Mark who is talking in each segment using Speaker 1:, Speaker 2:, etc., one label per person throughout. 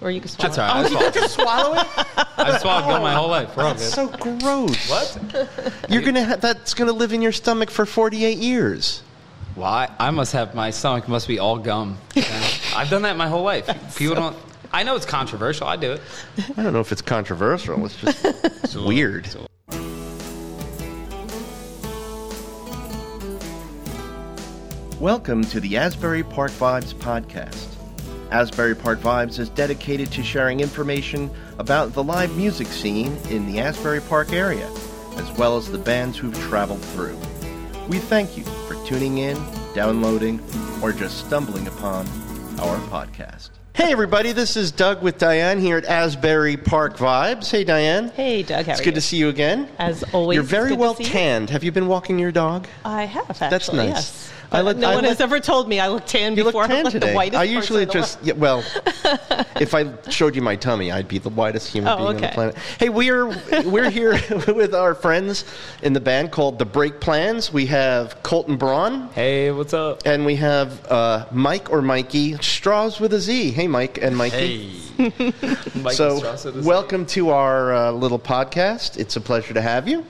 Speaker 1: Or you can swallow
Speaker 2: That's
Speaker 1: it.
Speaker 3: Oh,
Speaker 2: all right. I swallowed it.
Speaker 3: swallow it.
Speaker 2: I've swallowed gum my whole life. We're all
Speaker 3: That's
Speaker 2: good.
Speaker 3: so gross.
Speaker 2: What?
Speaker 3: You're gonna ha- that's gonna live in your stomach for 48 years.
Speaker 2: Why? I must have my stomach must be all gum. I've done that my whole life. People don't. I know it's controversial. I do it.
Speaker 3: I don't know if it's controversial. It's just weird. Welcome to the Asbury Park Vibes podcast. Asbury Park Vibes is dedicated to sharing information about the live music scene in the Asbury Park area, as well as the bands who've traveled through. We thank you for tuning in, downloading, or just stumbling upon our podcast. Hey, everybody, this is Doug with Diane here at Asbury Park Vibes. Hey, Diane.
Speaker 1: Hey, Doug, how
Speaker 3: It's
Speaker 1: are
Speaker 3: good
Speaker 1: you?
Speaker 3: to see you again.
Speaker 1: As always,
Speaker 3: You're
Speaker 1: it's
Speaker 3: very
Speaker 1: good to
Speaker 3: well
Speaker 1: see you.
Speaker 3: tanned. Have you been walking your dog?
Speaker 1: I have actually.
Speaker 3: That's nice.
Speaker 1: Yes.
Speaker 3: I
Speaker 1: But
Speaker 3: look-
Speaker 1: no
Speaker 3: I
Speaker 1: one
Speaker 3: look-
Speaker 1: has ever told me I look tan
Speaker 3: You look
Speaker 1: before.
Speaker 3: tan
Speaker 1: I'm like
Speaker 3: today.
Speaker 1: the whitest
Speaker 3: I usually
Speaker 1: person in the
Speaker 3: just yeah, well, if I showed you my tummy, I'd be the whitest human
Speaker 1: Oh,
Speaker 3: being on the
Speaker 1: okay.
Speaker 3: planet. Hey, we're we're here with our friends in the band called The Break Plans. We have Colton Braun
Speaker 2: Hey, what's up?
Speaker 3: and we have uh, Mike or Mikey Straws with a Z. Hey, Mike and Mikey.
Speaker 2: Mike
Speaker 3: so
Speaker 2: Strauss at the
Speaker 3: welcome to our uh, little podcast it's a pleasure to have you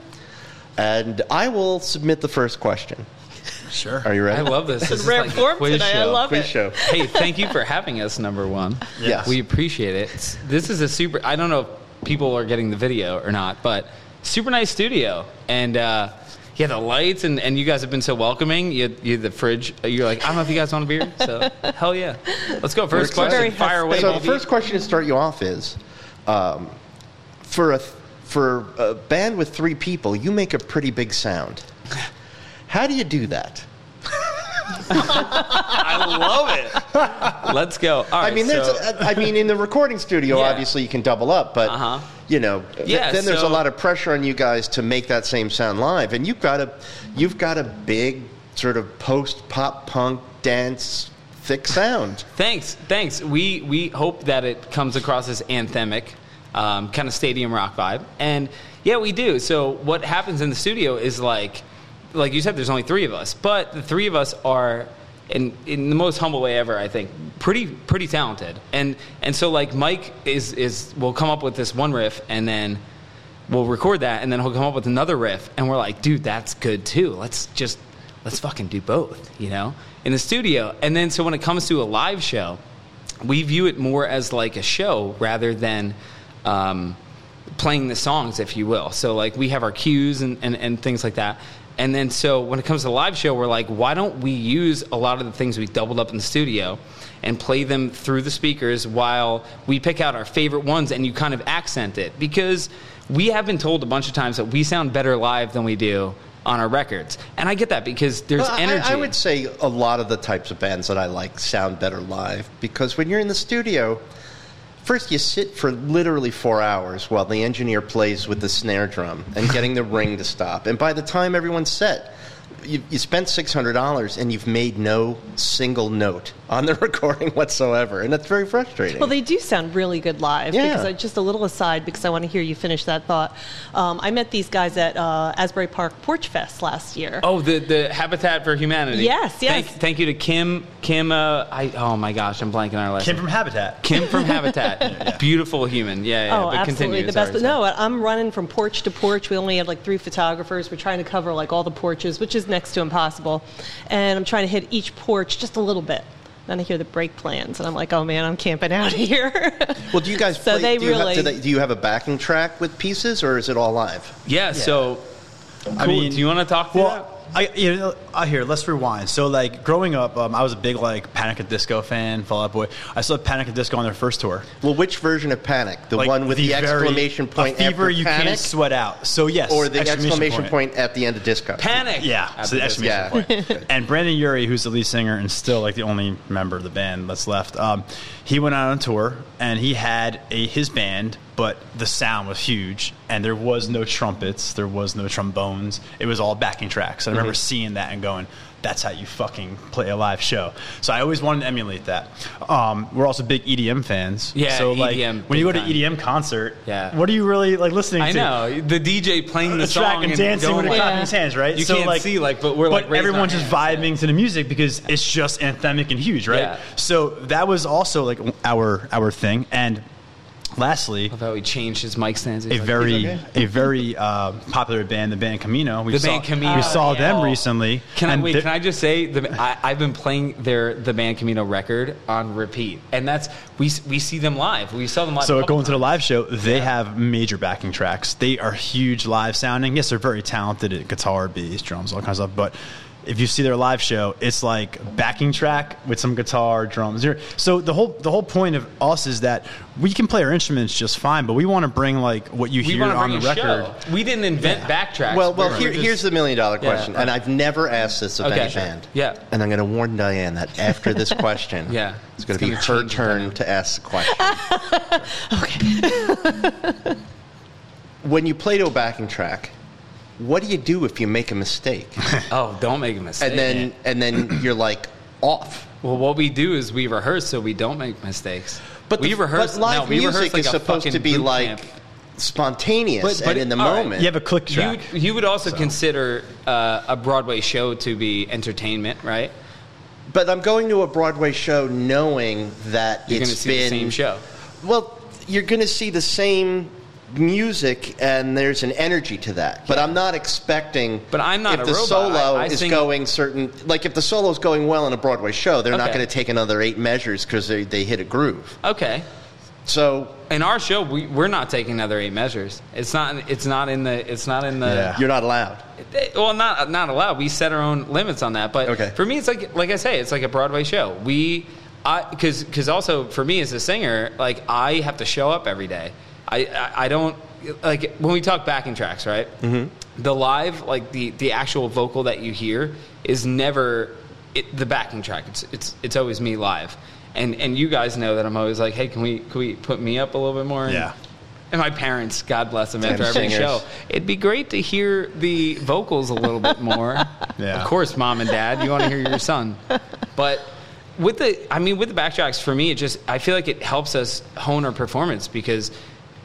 Speaker 3: and i will submit the first question
Speaker 4: Sure.
Speaker 3: are you
Speaker 2: I
Speaker 3: ready
Speaker 2: love this. This
Speaker 1: world.
Speaker 2: is
Speaker 1: Rare
Speaker 2: like a
Speaker 1: form
Speaker 2: quiz
Speaker 1: today. I
Speaker 2: show.
Speaker 1: love
Speaker 3: quiz
Speaker 1: it.
Speaker 3: show
Speaker 2: hey, thank you for having us, number one.
Speaker 3: Yes.
Speaker 2: We appreciate it. It's- This is a super, I don't know if people are getting the video or not, but super nice studio. And, uh, yeah, the lights and, and you guys have been so welcoming. You, you the fridge. You're like, I don't know if you guys want a beer. So hell yeah, let's go. First
Speaker 3: We're excited.
Speaker 2: question.
Speaker 1: Very
Speaker 2: Fire away.
Speaker 3: so the
Speaker 2: baby.
Speaker 3: first question to start you off is um, for a th- for a band with three people you make a pretty big sound how do you do that
Speaker 2: I love it. Let's go. All right,
Speaker 3: i mean there's
Speaker 2: so-
Speaker 3: I mean in the recording studio
Speaker 2: Yeah.
Speaker 3: obviously you can double up but
Speaker 2: Uh-huh.
Speaker 3: you know th-
Speaker 2: Yeah,
Speaker 3: then there's
Speaker 2: so-
Speaker 3: a lot of pressure on you guys to make that same sound live and you've got a you've got a big sort of post pop punk dance thick sound
Speaker 2: Thanks, thanks. We we hope that it comes across as anthemic, um, kind of stadium rock vibe, and yeah, we do. So what happens in the studio is like, like you said, there's only three of us, but the three of us are. In, in the most humble way ever, I think pretty pretty talented, and and so like Mike is is will come up with this one riff, and then we'll record that, and then he'll come up with another riff, and we're like, dude, that's good too. Let's just let's fucking do both, you know, in the studio. And then so when it comes to a live show, we view it more as like a show rather than um, playing the songs, if you will. So like we have our cues and, and, and things like that. And then so when it comes to the live show, we're like, why don't we use a lot of the things we doubled up in the studio and play them through the speakers while we pick out our favorite ones and you kind of accent it? Because we have been told a bunch of times that we sound better live than we do on our records. And I get that because there's
Speaker 3: Well, I-
Speaker 2: energy.
Speaker 3: I, would say a lot of the types of bands that I like sound better live because when you're in the studio, first you sit for literally four hours while the engineer plays with the snare drum and getting the ring to stop. And by the time everyone's set, you, you spent $600 and you've made no single note on the recording whatsoever. And that's very frustrating.
Speaker 1: Well, they do sound really good live.
Speaker 3: Yeah.
Speaker 1: Because I, just a little aside, because I want to hear you finish that thought. Um, I met these guys at uh, Asbury Park Porch Fest last year.
Speaker 2: Oh, the, the Habitat for Humanity.
Speaker 1: Yes, yes.
Speaker 2: Thank, thank you to Kim. Kim, uh, I, oh my gosh, I'm blanking on our last
Speaker 4: Came
Speaker 2: name.
Speaker 4: from Habitat.
Speaker 2: Kim from Habitat. Beautiful human. Yeah, yeah.
Speaker 1: Oh,
Speaker 2: but
Speaker 1: absolutely
Speaker 2: continue.
Speaker 1: the best. But
Speaker 2: Sorry,
Speaker 1: no, I'm running from porch to porch. We only had like three photographers. We're trying to cover like all the porches, which is next to impossible. And I'm trying to hit each porch just a little bit. Then I hear the brake plans, and I'm like, oh man, I'm camping out here.
Speaker 3: Well, do you guys
Speaker 1: So
Speaker 3: play,
Speaker 1: they
Speaker 3: do, you have,
Speaker 1: really-
Speaker 3: do, they- do you have a backing track with pieces or is it all live?
Speaker 2: sorry. Yeah, so cool.
Speaker 4: I mean-
Speaker 2: do you want to talk to
Speaker 4: Well, I, you know, I hear. Let's rewind. So, like growing up, um, I was a big like Panic at Disco fan, Fall Out Boy. I saw Panic at Disco on their first tour.
Speaker 3: Well, which version of Panic? The
Speaker 4: Like,
Speaker 3: one with the,
Speaker 4: very-
Speaker 3: exclamation point
Speaker 4: a fever
Speaker 3: after
Speaker 4: you
Speaker 3: panic?
Speaker 4: can't sweat out. So yes,
Speaker 3: or the exclamation, point. at the end of disco.
Speaker 2: that? Panic.
Speaker 4: Yeah, so the
Speaker 2: After this.
Speaker 4: exclamation
Speaker 3: Yeah.
Speaker 4: point. and Brandon Urie, who's the lead singer and still like the only member of the band that's left, um, he went out on tour and he had a his band, but the sound was huge and there was no trumpets, there was no trombones. It was all backing tracks. I
Speaker 2: Mm-hmm.
Speaker 4: remember seeing that and going, that's how you fucking play a live show. So I always wanted to emulate that. Um, we're also big EDM fans.
Speaker 2: Yeah,
Speaker 4: So like
Speaker 2: EDM
Speaker 4: when you go
Speaker 2: big
Speaker 4: to
Speaker 2: time.
Speaker 4: EDM concert,
Speaker 2: Yeah.
Speaker 4: what are you really like listening
Speaker 2: I
Speaker 4: to?
Speaker 2: know the DJ playing the,
Speaker 4: the
Speaker 2: song
Speaker 4: track and dancing with a
Speaker 2: going
Speaker 4: clap
Speaker 2: like-
Speaker 4: in his hands, right?
Speaker 2: You can't see, like, but we're, like, raising
Speaker 4: everyone's
Speaker 2: our
Speaker 4: just
Speaker 2: hands,
Speaker 4: vibing to the music because it's just anthemic and huge, right?
Speaker 2: Yeah.
Speaker 4: So that was also like our our thing. And lastly,
Speaker 2: Although he changed his mic stands,
Speaker 4: a
Speaker 2: he's like,
Speaker 4: very a very uh, popular band, the band Camino. We
Speaker 2: The
Speaker 4: saw,
Speaker 2: band Camino.
Speaker 4: We saw
Speaker 1: Oh, yeah.
Speaker 4: them recently.
Speaker 2: Can I
Speaker 4: and
Speaker 2: wait?
Speaker 4: they're-
Speaker 2: Can I just say the, I, I've been playing their the band Camino record on repeat, and that's we s- we see them live. We saw them live. a
Speaker 4: So
Speaker 2: couple
Speaker 4: going to the
Speaker 2: times.
Speaker 4: live show, they have major backing tracks. They are huge live sounding. Yes, they're very talented at guitar, bass, drums, all kinds of stuff. But if you see their live show, it's like backing track with some guitar, drums. You're- So the whole the whole point of us is that we can play our instruments just fine, but we want to bring like what you
Speaker 2: we
Speaker 4: hear
Speaker 2: want to
Speaker 4: on
Speaker 2: bring
Speaker 4: the
Speaker 2: a
Speaker 4: record.
Speaker 2: show. We didn't invent backtracks.
Speaker 3: Well, well,
Speaker 2: We
Speaker 3: here,
Speaker 2: were just-
Speaker 3: here's the million dollar
Speaker 2: Yeah.
Speaker 3: question, and I've never asked this of
Speaker 2: Okay.
Speaker 3: any band.
Speaker 2: Yeah.
Speaker 3: and I'm going to warn Diane that after this question,
Speaker 2: Yeah.
Speaker 3: it's going
Speaker 2: It's
Speaker 3: to be
Speaker 2: gonna
Speaker 3: her
Speaker 2: change the
Speaker 3: turn
Speaker 2: dynamic.
Speaker 3: to ask the question. okay. when you play to a backing track, what do you do if you make a mistake,
Speaker 2: oh, don't make a mistake.
Speaker 3: and then and then you're like off?
Speaker 2: well, what we do is we rehearse so we don't make mistakes.
Speaker 3: But
Speaker 2: we
Speaker 3: the-
Speaker 2: rehearse.
Speaker 3: But live
Speaker 2: no, we rehearse
Speaker 3: music
Speaker 2: like
Speaker 3: is
Speaker 2: a
Speaker 3: supposed to
Speaker 2: fucking
Speaker 3: be
Speaker 2: boot
Speaker 3: like
Speaker 2: camp.
Speaker 3: spontaneous
Speaker 2: But- but-
Speaker 3: and in the
Speaker 2: all right.
Speaker 3: moment.
Speaker 4: You have a click track.
Speaker 2: You, you would also consider uh, a Broadway show to be entertainment, right?
Speaker 3: But I'm going to a Broadway show knowing that
Speaker 2: You're
Speaker 3: it's
Speaker 2: gonna see the
Speaker 3: been
Speaker 2: same show.
Speaker 3: Well, you're going to see the same music, and there's an energy to that. But I'm not expecting.
Speaker 2: But I'm not
Speaker 3: if
Speaker 2: a
Speaker 3: the
Speaker 2: robot.
Speaker 3: solo
Speaker 2: I- I
Speaker 3: is
Speaker 2: sing-
Speaker 3: going certain. Like if the solo's going well in a Broadway show, they're not
Speaker 2: Okay.
Speaker 3: going to take another eight measures because they they hit a groove.
Speaker 2: Okay.
Speaker 3: So
Speaker 2: In our show, we, we're not taking another eight measures. It's not. It's not in the. It's not in the.
Speaker 4: Yeah.
Speaker 3: uh, you're not allowed.
Speaker 2: They- well not not allowed we set our own limits on that but
Speaker 3: Okay.
Speaker 2: for me it's like like i say it's like a broadway show we i because because also for me as a singer like i have to show up every day i i, I don't like when we talk backing tracks right mm-hmm. the live like the the actual vocal that you hear is never it, the backing track it's it's it's always me live and and you guys know that i'm always like hey can we can we put me up a little bit more And-
Speaker 4: Yeah.
Speaker 2: and my parents, God bless them, after
Speaker 3: Damn
Speaker 2: every
Speaker 3: singers.
Speaker 2: show, it'd be great to hear the vocals a little bit more.
Speaker 4: Yeah.
Speaker 2: Of course, mom and dad, you want to hear your son. But with the, I mean, with the backtracks, for me, it just, I feel like it helps us hone our performance because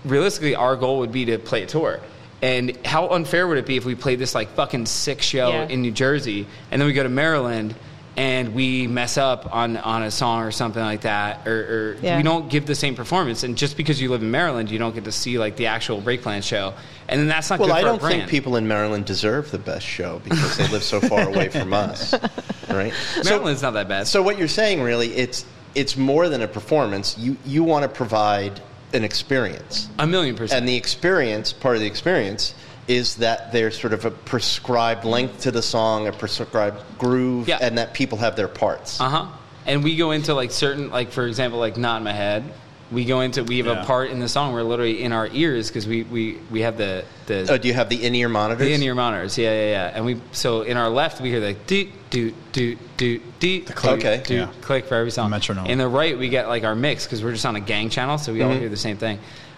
Speaker 2: realistically, our goal would be to play a tour. And how unfair would it be if we played this like fucking sick show
Speaker 1: Yeah.
Speaker 2: in New Jersey and then we go to Maryland and we mess up on, on a song or something like that, or, or
Speaker 1: Yeah.
Speaker 2: we don't give the same performance. And just because you live in Maryland, you don't get to see like the actual break plan show. And then that's not
Speaker 3: Well,
Speaker 2: good for
Speaker 3: I
Speaker 2: our
Speaker 3: don't think
Speaker 2: brand.
Speaker 3: people in Maryland deserve the best show because they live so far away from us, right?
Speaker 2: Maryland's not that bad.
Speaker 3: So what you're saying really it's it's more than a performance. You you want to provide an experience.
Speaker 2: a million percent.
Speaker 3: And the experience, part of the experience is that there's sort of a prescribed length to the song, a prescribed groove
Speaker 2: Yeah.
Speaker 3: and that people have their parts.
Speaker 2: uh huh. And we go into like certain, like for example, like not in my head. We go into we have
Speaker 4: Yeah.
Speaker 2: a part in the song where literally in our ears because we, we we have the the
Speaker 3: Oh, do you have the in-ear monitors?
Speaker 2: The in ear monitors, yeah, yeah, yeah. And we so in our left we hear like do do do do do
Speaker 3: click. Okay.
Speaker 2: do,
Speaker 4: Yeah.
Speaker 2: click for every song.
Speaker 4: Metronome. Mm-hmm.
Speaker 2: In the right we get like our mix because we're just on a gang channel, so we all hear the same thing.